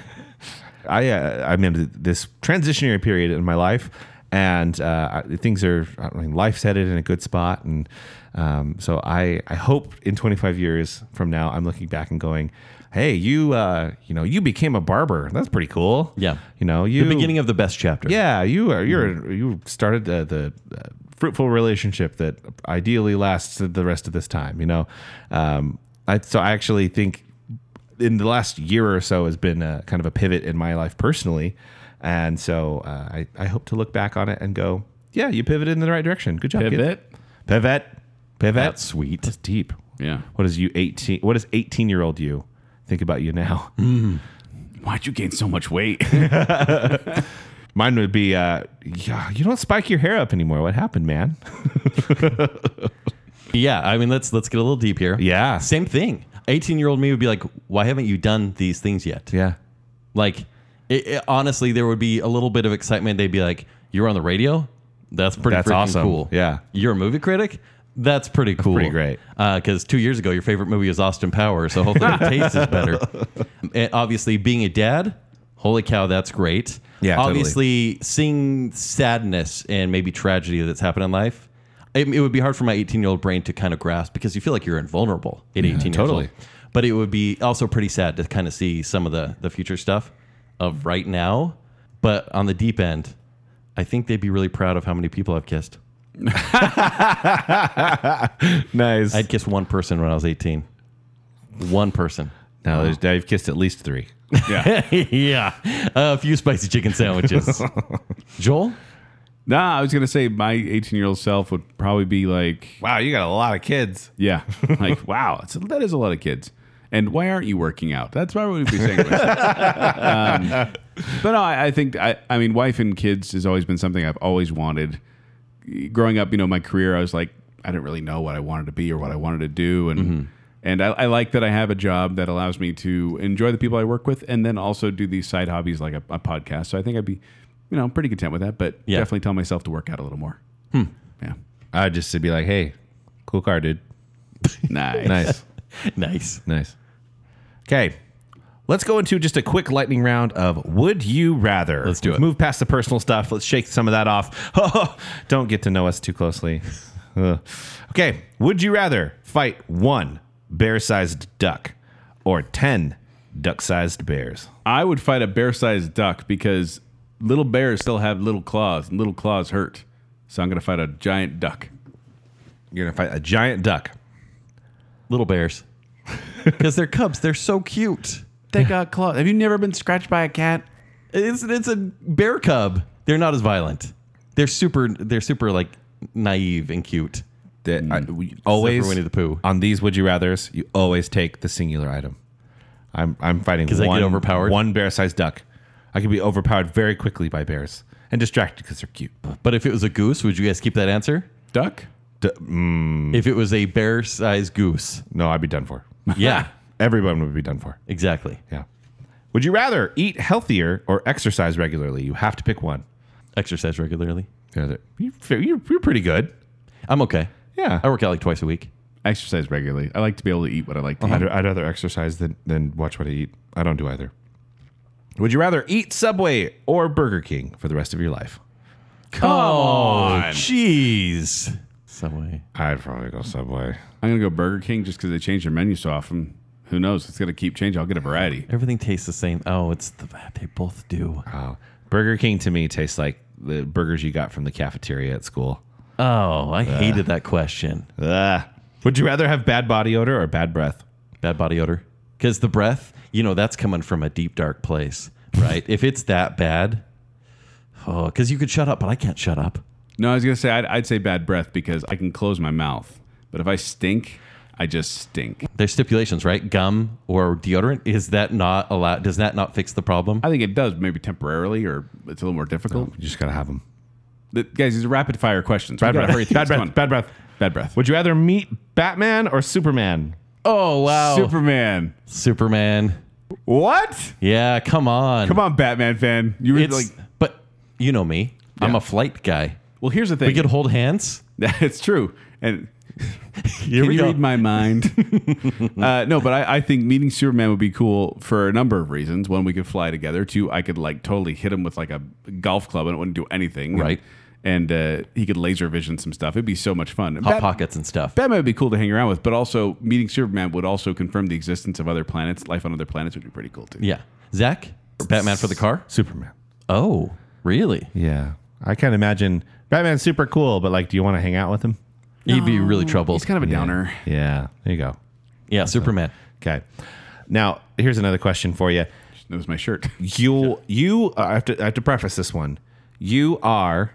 I uh, I'm in this transitionary period in my life, and uh, I- things are I mean, life's headed in a good spot, and um, so I I hope in 25 years from now I'm looking back and going, hey, you uh, you know you became a barber, that's pretty cool. Yeah. you know you The beginning of the best chapter. yeah, you are you're you started the, the uh, fruitful relationship that ideally lasts the rest of this time. You know, um, I so I actually think in the last year or so has been a, kind of a pivot in my life personally, and so uh, I I hope to look back on it and go, yeah, you pivoted in the right direction. Good job, kid. Pivot. pivot, pivot. That's sweet. That's deep. Yeah. What is you eighteen? What does eighteen year old you think about you now? Why'd you gain so much weight? Mine would be, uh, yeah, you don't spike your hair up anymore. What happened, man? Yeah, I mean let's let's get a little deep here. Yeah. Same thing. 18 year old me would be like, why haven't you done these things yet? Yeah. Like, it, it- honestly, there would be a little bit of excitement. They'd be like, "You're on the radio. That's pretty That's freaking awesome. cool. Yeah. you're a movie critic. That's pretty cool. pretty great. Because two years ago, your favorite movie was Austin Powers. So hopefully, the taste is better. And obviously, being a dad. Holy cow, that's great. Yeah, totally. Obviously, seeing sadness and maybe tragedy that's happened in life, it, it would be hard for my 18 year old brain to kind of grasp because you feel like you're invulnerable at 18 years totally. old. But it would be also pretty sad to kind of see some of the the future stuff of right now. But on the deep end, I think they'd be really proud of how many people I've kissed. Nice. I'd kiss one person when I was 18. One person. now, there's, now you've kissed at least three. yeah. yeah. a few spicy chicken sandwiches. Joel? Nah, I was gonna say my 18 year old self would probably be like, Wow, you got a lot of kids. yeah, like wow, that's, that is a lot of kids. And why aren't you working out? That's probably what we'd be saying. to ourselves. But no, I, I think I, I mean, wife and kids has always been something I've always wanted. Growing up, you know, my career, I was like, I didn't really know what I wanted to be or what I wanted to do, and and I, I like that I have a job that allows me to enjoy the people I work with, and then also do these side hobbies like a, a podcast. So I think I'd be, you know, pretty content with that. But Yeah. definitely tell myself to work out a little more. Yeah, I'd just be like, hey, cool car, dude. nice. Nice. nice. Nice. Okay. Let's go into just a quick lightning round of would you rather. Let's do it. Move past the personal stuff. Let's shake some of that off. Don't get to know us too closely. Ugh. okay. Would you rather fight one bear sized duck or 10 duck sized bears? I would fight a bear-sized duck because little bears still have little claws, and little claws hurt. So I'm gonna fight a giant duck. You're going to fight a giant duck. Little bears. Because they're cubs. They're so cute. They got claws. Have you never been scratched by a cat? It's, it's a bear cub. They're not as violent. They're super, they're super like naive and cute. That I- Mm. we always Winnie the Pooh. on these would you rather's. You always take the singular item. I'm I'm fighting 'Cause they get one overpowered? one bear sized duck. I could be overpowered very quickly by bears and distracted because they're cute. But if it was a goose, would you guys keep that answer? Duck? If it was a bear sized goose. No, I'd be done for. Yeah, Everyone would be done for. exactly. Yeah. Would you rather eat healthier or exercise regularly? You have to pick one. Exercise regularly. The other- you- You're, you're pretty good. I'm okay. Yeah. I work out like twice a week. Exercise regularly. I like to be able to eat what I like to I'd, eat. I'd rather exercise than, than watch what I eat. I don't do either. Would you rather eat Subway or Burger King for the rest of your life? Come on. Jeez. Subway. I'd probably go Subway. I'm gonna go Burger King just because they change their menu so often. Who knows? It's gonna keep changing. I'll get a variety. Everything tastes the same. Oh, it's the they both do. Oh, Burger King to me tastes like the burgers you got from the cafeteria at school. Oh, I hated that question. Ugh. Would you rather have bad body odor or bad breath? Bad body odor. Because the breath, you know, that's coming from a deep dark place, right? if it's that bad, oh, because you could shut up, but I can't shut up. No, I was gonna say I'd, I'd say bad breath because I can close my mouth, but if I stink, I just stink. There's stipulations, right? Gum or deodorant. Is that not allowed? Does that not fix the problem? I think it does maybe temporarily, or it's a little more difficult. You just gotta have them. The- guys, these are rapid fire questions. We Bad gotta breath. hurry through Bad this breath. one. Bad breath. Bad breath. Would you rather meet Batman or Superman? Oh, wow. Superman. Superman. What? Yeah, come on. Come on, Batman fan. You were It's like, but you know me. I'm Yeah. a flight guy. well, here's the thing. We could hold hands. That's true. And Here can we you go. read my mind? uh, no, but I, I think meeting Superman would be cool for a number of reasons. One, we could fly together. Two, I could like totally hit him with like a golf club and it wouldn't do anything. Right. And uh, he could laser vision some stuff. It'd be so much fun. Hot Bat- pockets and stuff. Batman would be cool to hang around with, but also meeting Superman would also confirm the existence of other planets. Life on other planets would be pretty cool too. yeah. Zach, Batman for the car. Superman. Oh, really? Yeah. I can't imagine Batman's super cool, but like, do you want to hang out with him? You'd be really troubled. He's kind of a downer. Yeah. There you go. yeah, Superman. Okay. Now here's another question for you. That was my shirt. you you uh, I have to I have to preface this one. You are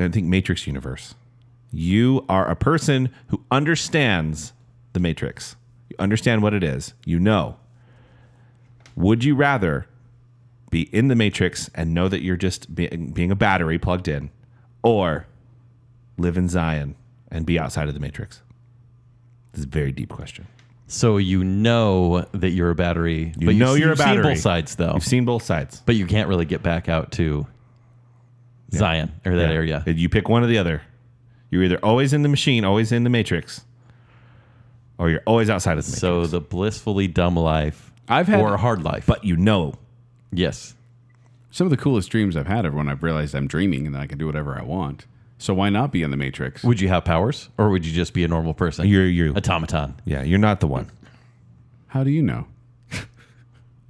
I think Matrix universe. You are a person who understands the Matrix. You understand what it is. You know. Would you rather be in the Matrix and know that you're just being, being a battery plugged in or live in Zion and be outside of the Matrix? This is a very deep question. So you know that you're a battery. You but know you've, you're a you've seen battery. both sides, though. You've seen both sides. but you can't really get back out to Zion or that area. You pick one or the other. You're either always in the machine, always in the matrix, or you're always outside of the matrix. so the blissfully dumb life. I've had- or a hard life. but you know. yes. Some of the coolest dreams I've had are when I've realized I'm dreaming and then I can do whatever I want. So why not be in the Matrix? Would you have powers, or would you just be a normal person? You're you. automaton. Yeah, you're not the one. How do you know?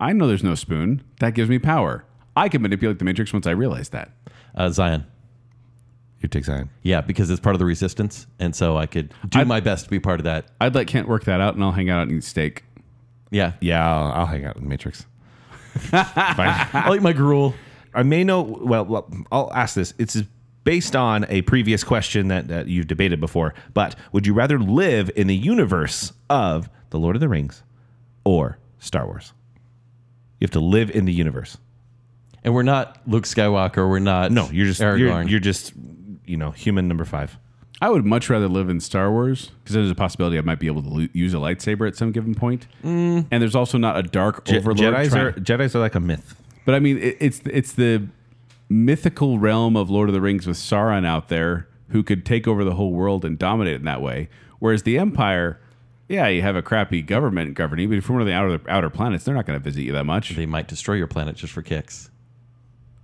I know there's no spoon. That gives me power. I can manipulate the Matrix once I realize that. Uh, Zion. You take Zion. Yeah, because it's part of the resistance, and so I could do my best to be part of that. I'd let Kent work that out and I'll hang out and eat steak. Yeah, Yeah, I'll, I'll hang out with the matrix. Fine. I like my gruel. I may know. Well, well, I'll ask this. It's based on a previous question that, that you've debated before. But would you rather live in the universe of the Lord of the Rings or Star Wars. You have to live in the universe. And we're not Luke Skywalker. We're not. No, you're just you're, Aragorn. you're just you know human number five. I would much rather live in Star Wars because there's a possibility I might be able to lo- use a lightsaber at some given point. And there's also not a dark Mm. Je- overlord. Jedi's trying- are Jedi's are like a myth. But I mean, it, it's it's the mythical realm of Lord of the Rings with Sauron out there who could take over the whole world and dominate it in that way. Whereas the Empire, yeah, you have a crappy government governing, but if you're one of the outer outer planets, they're not going to visit you that much. they might destroy your planet just for kicks.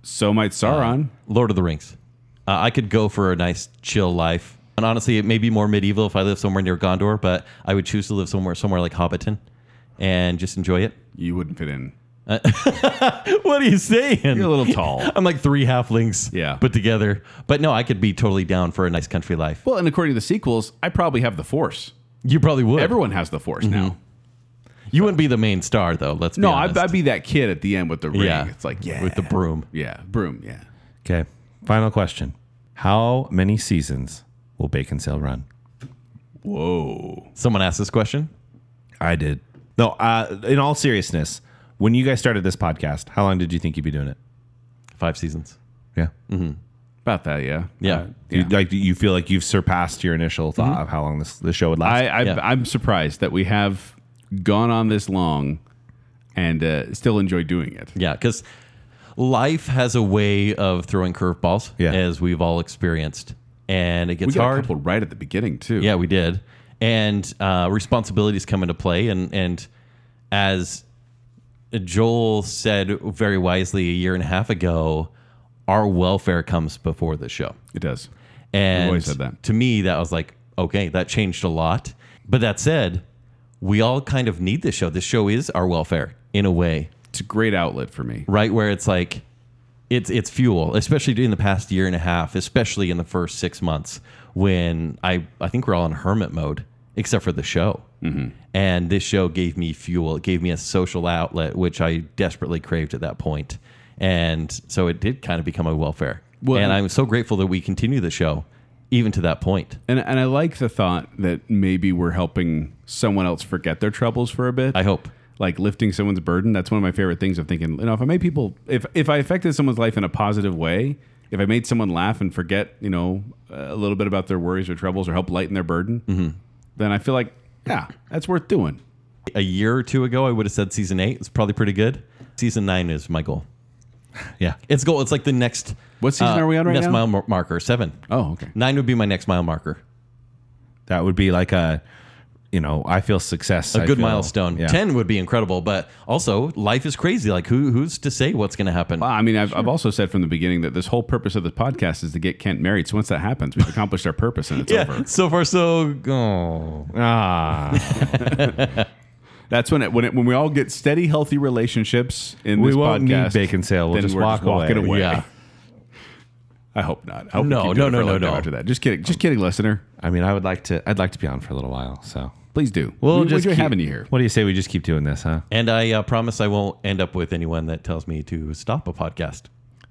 So uh, might Sauron. Lord of the Rings. Uh, I could go for a nice chill life, and honestly, it may be more medieval if I live somewhere near Gondor, but I would choose to live somewhere somewhere like Hobbiton, and just enjoy it. you wouldn't fit in. What are you saying? You're a little tall. I'm like three halflings, Yeah. put together. But no, I could be totally down for a nice country life. Well, and according to the sequels, I probably have the Force. You probably would. Everyone has the Force Mm-hmm. now. you wouldn't be the main star though. Let's No, be I'd, honest. I'd be that kid at the end with the ring. Yeah. It's like, yeah. with the broom. yeah, broom, yeah. Okay, final question: How many seasons will Bacon Sale run? Whoa. Someone asked this question. I did. No, uh, in all seriousness, when you guys started this podcast, how long did you think you'd be doing it? Five seasons. Yeah. About that, yeah. Yeah. Uh, You, like you feel like you've surpassed your initial thought of how long this the show would last. I, I Yeah. I'm surprised that we have gone on this long and uh, still enjoy doing it. Yeah, because life has a way of throwing curveballs, Yeah. as we've all experienced, and it We gets got a hard. couple right at the beginning too. Yeah, we did. And uh, responsibilities come into play. And, and as Joel said very wisely a year and a half ago, our welfare comes before the show. it does. And always said that. to me, that was like, okay, that changed a lot. But that said, we all kind of need this show. This show is our welfare in a way It's a great outlet for me. right? Where it's like, it's it's fuel, especially in the past year and a half, especially in the first six months when I I think we're all in hermit mode except for the show, and this show gave me fuel. It gave me a social outlet which I desperately craved at that point, and so it did kind of become a welfare. Well- and I'm so grateful that we continue the show even to that point. And and I like the thought that maybe we're helping someone else forget their troubles for a bit. I hope. like lifting someone's burden. That's one of my favorite things of thinking, you know, if I made people if if I affected someone's life in a positive way, if I made someone laugh and forget, you know, a little bit about their worries or troubles or help lighten their burden, Mm-hmm. then I feel like, yeah, that's worth doing. A year or two ago, I would have said season eight. It's probably pretty good. Season nine is my goal. yeah. It's goal. It's like the next. uh, What season are we on right next now? mile mar- marker seven. Oh, okay. Nine would be my next mile marker. That would be like a, you know, I feel success. A I good feel- milestone. Yeah. Ten would be incredible, but also life is crazy. Like who who's to say what's going to happen? Well, I mean, I've, I've also said from the beginning that this whole purpose of this podcast is to get Kent married. So once that happens, we've accomplished our purpose and it's yeah, over. so far so. Oh. Ah, That's when it when it when we all get steady, healthy relationships in We this won't need podcast. bacon sale. We'll then just we're walk away. walking away. Yeah. I hope not. I hope we No, keep no, doing it no, for a no, long time no. After that, just kidding, just kidding, listener. I mean, I would like to. I'd like to be on for a little while. So Please do. We'll we, just enjoy keep- having you here. What do you say we just keep doing this, huh? And I uh, promise I won't end up with anyone that tells me to stop a podcast.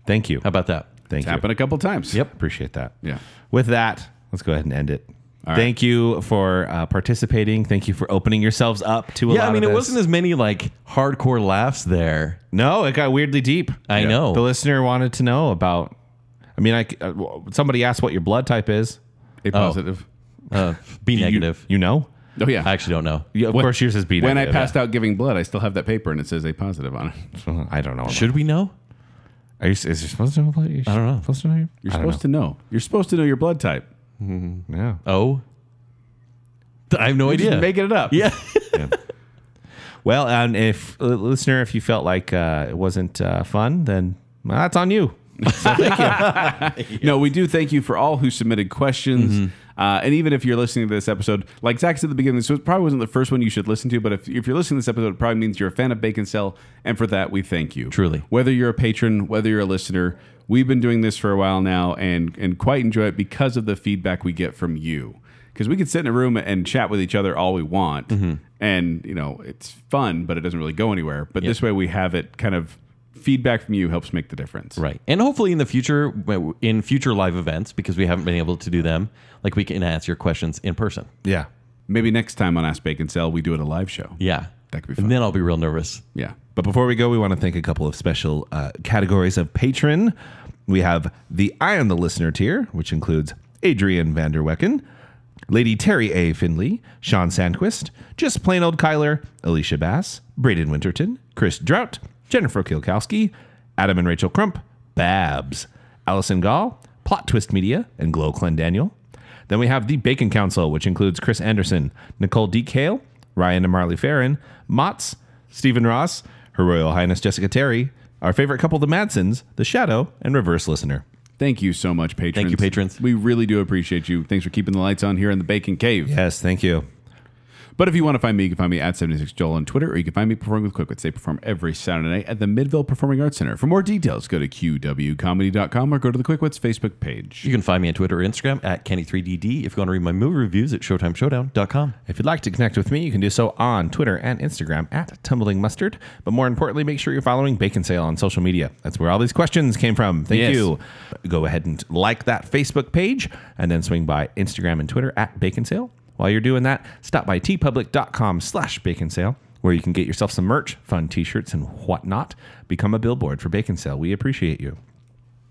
Thank you. How about that? Thank It's you. happened a couple times. Yep. Appreciate that. Yeah. With that, let's go ahead and end it. Thank you for uh, participating. Thank you for opening yourselves up to a lot yeah, I mean of it this. wasn't as many like hardcore laughs there. No, it got weirdly deep. I Yeah. know. The listener wanted to know about. I mean, I c- uh, w- somebody asked what your blood type is. Oh. A positive. Uh, be negative. You know, Oh yeah. I actually don't know. yeah, of course yours is B. when I negative. passed out giving blood, I still have that paper and it says A positive on it. Uh, I don't know. Should we know? Are you, is you supposed to know? Blood? I don't know. Supposed to know? Your, You're supposed to know. You're supposed to know your blood type. to. Yeah. Oh, I have no You're idea. just making it up. yeah. Well, and if uh, listener, if you felt like uh, it wasn't uh, fun, then well, that's on you. No, we do thank you for all who submitted questions. Uh, and even if you're listening to this episode, like Zach said at the beginning, this was- probably wasn't the first one you should listen to, but if, if you're listening to this episode, it probably means you're a fan of Bacon Cell. And for that, we thank you. Truly. Whether you're a patron, whether you're a listener, we've been doing this for a while now and, and quite enjoy it because of the feedback we get from you. Because we could sit in a room and chat with each other all we want. And, you know, it's fun, but it doesn't really go anywhere. But this way we have it kind of feedback from you helps make the difference. Right. And hopefully in the future, in future live events, because we haven't been able to do them, like we can answer your questions in person. Yeah. Maybe next time on Ask Bacon Cell, we do it a live show. Yeah. That could be fun. And then I'll be real nervous. yeah. But before we go, we want to thank a couple of special uh, categories of patron. We have the I Am the Listener tier, which includes Adrian Vanderwecken, Lady Terry A. Findley, Sean Sandquist, just plain old Kyler, Alicia Bass, Braden Winterton, Chris Drought, Jennifer Kilkowski, Adam and Rachel Crump, Babs, Allison Gall, Plot Twist Media, and Glow Clendaniel. Then we have the Bacon Council, which includes Chris Anderson, Nicole D. Kale, Ryan and Marley Farron, Motts, Stephen Ross, Her Royal Highness Jessica Terry, our favorite couple, the Madsons, The Shadow, and Reverse Listener. Thank you so much, patrons. you, patrons. We really do appreciate you. Thanks for keeping the lights on here in the Bacon Cave. Yes, thank you. But if you want to find me, you can find me at 76Joel on Twitter, or you can find me performing with Quickwits. They perform every Saturday night at the Midville Performing Arts Center. For more details, go to qwcomedy.com or go to the Quickwits Facebook page. You can find me on Twitter or Instagram at Kenny3DD. If you want to read my movie reviews at ShowtimeShowdown.com. If you'd like to connect with me, you can do so on Twitter and Instagram at Tumbling Mustard. But more importantly, make sure you're following Bacon Sale on social media. That's where all these questions came from. Thank Yes. you. Go ahead and like that Facebook page and then swing by Instagram and Twitter at Bacon Sale. While you're doing that, stop by tpublic.com slash bacon sale where you can get yourself some merch, fun t-shirts and whatnot. Become a billboard for Bacon Sale. We appreciate you.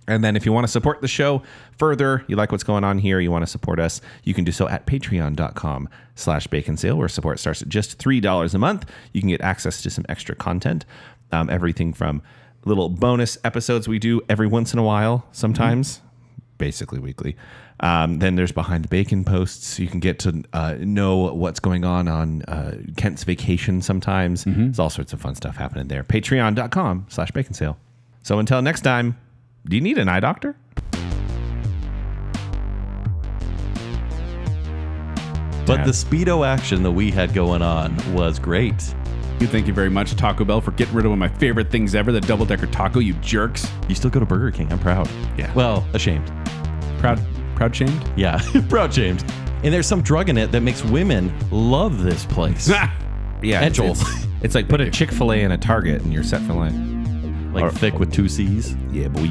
And then if you want to support the show further, you like what's going on here, you want to support us, you can do so at patreon.com slash bacon sale, where support starts at just $3 a month. You can get access to some extra content, um, everything from little bonus episodes we do every once in a while, sometimes basically weekly. Um, then there's behind the bacon posts. You can get to uh, know what's going on on uh, Kent's vacation sometimes. There's all sorts of fun stuff happening there. Patreon.com slash bacon sale. So until next time, do you need an eye doctor? But the Speedo action that we had going on was great. Thank you very much, Taco Bell, for getting rid of one of my favorite things ever, the double decker taco, you jerks. You still go to Burger King. I'm proud. Yeah. Well, ashamed. Proud, proud shamed? Yeah. proud shamed. And there's some drug in it that makes women love this place. Yeah. it's- Edgel. It's, it's like put a Chick fil A in a Target and you're set for life. like thick with two C's. Yeah, boy.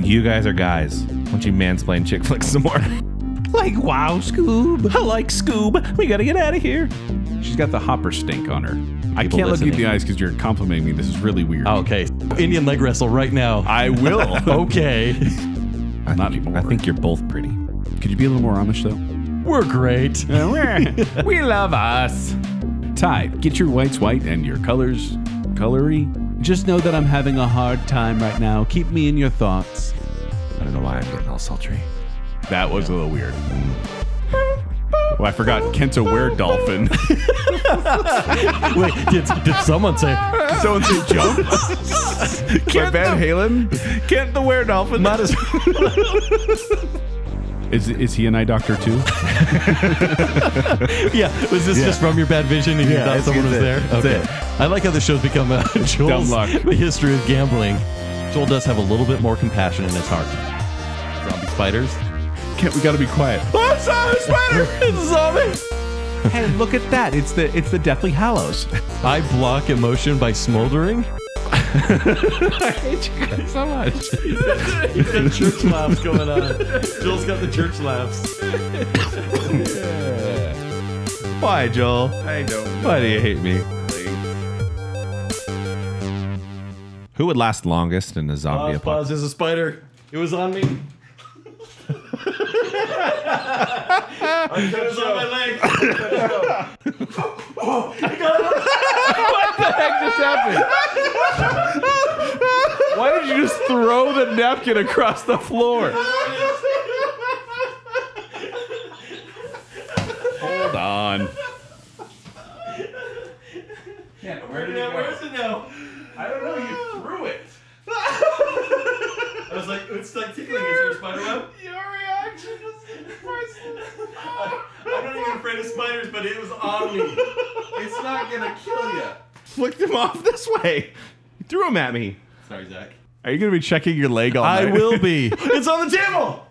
You guys are guys. Why don't you mansplain chick flicks some more? like, wow, Scoob. I like Scoob. We got to get out of here. She's got the hopper stink on her. I People can't look you in listening. Oh, the eyes because you're complimenting me. This is really weird. Okay. Indian leg wrestle right now. I will. okay. Not anymore. I think you're both pretty. Could you be a little more Amish, though? We're great. we love us. Tide, get your whites white and your colors colory. Just know that I'm having a hard time right now. Keep me in your thoughts. I don't know why I'm getting all sultry. That was a little weird. Well, I forgot Kent's a were dolphin. Wait, did, did someone say Someone say jump? By Van Halen? Get the weird dolphin. Not as Is, is he an eye doctor too? Yeah, was this just from your bad vision and you thought someone was there? Okay. I like how the show's become uh, Joel's luck. the history of gambling. Joel does have a little bit more compassion in his heart. Zombie spiders. Kent, we gotta be quiet. I'm sorry, spider! It's a zombie! Hey, look at that. It's the it's the Deathly Hallows. I block emotion by smoldering. I hate you guys so much. church laughs going on. Joel's got the church laughs. Why, Joel? I don't. Why do you hate me? Who would last longest in a zombie Pause, apocalypse? pause, there's a spider. It was on me. it was on my leg. What just happened? Why did you just throw the napkin across the floor? Hold on. Where is it now? I don't know. You threw it. I was like, it's like tickling. Is there a spider web? Your reaction was priceless. I'm not even afraid of spiders, but it was on me. It's not gonna kill you. Flicked him off this way. He threw him at me. Sorry, Zach. Are you gonna be checking your leg all I will be. it's on the table.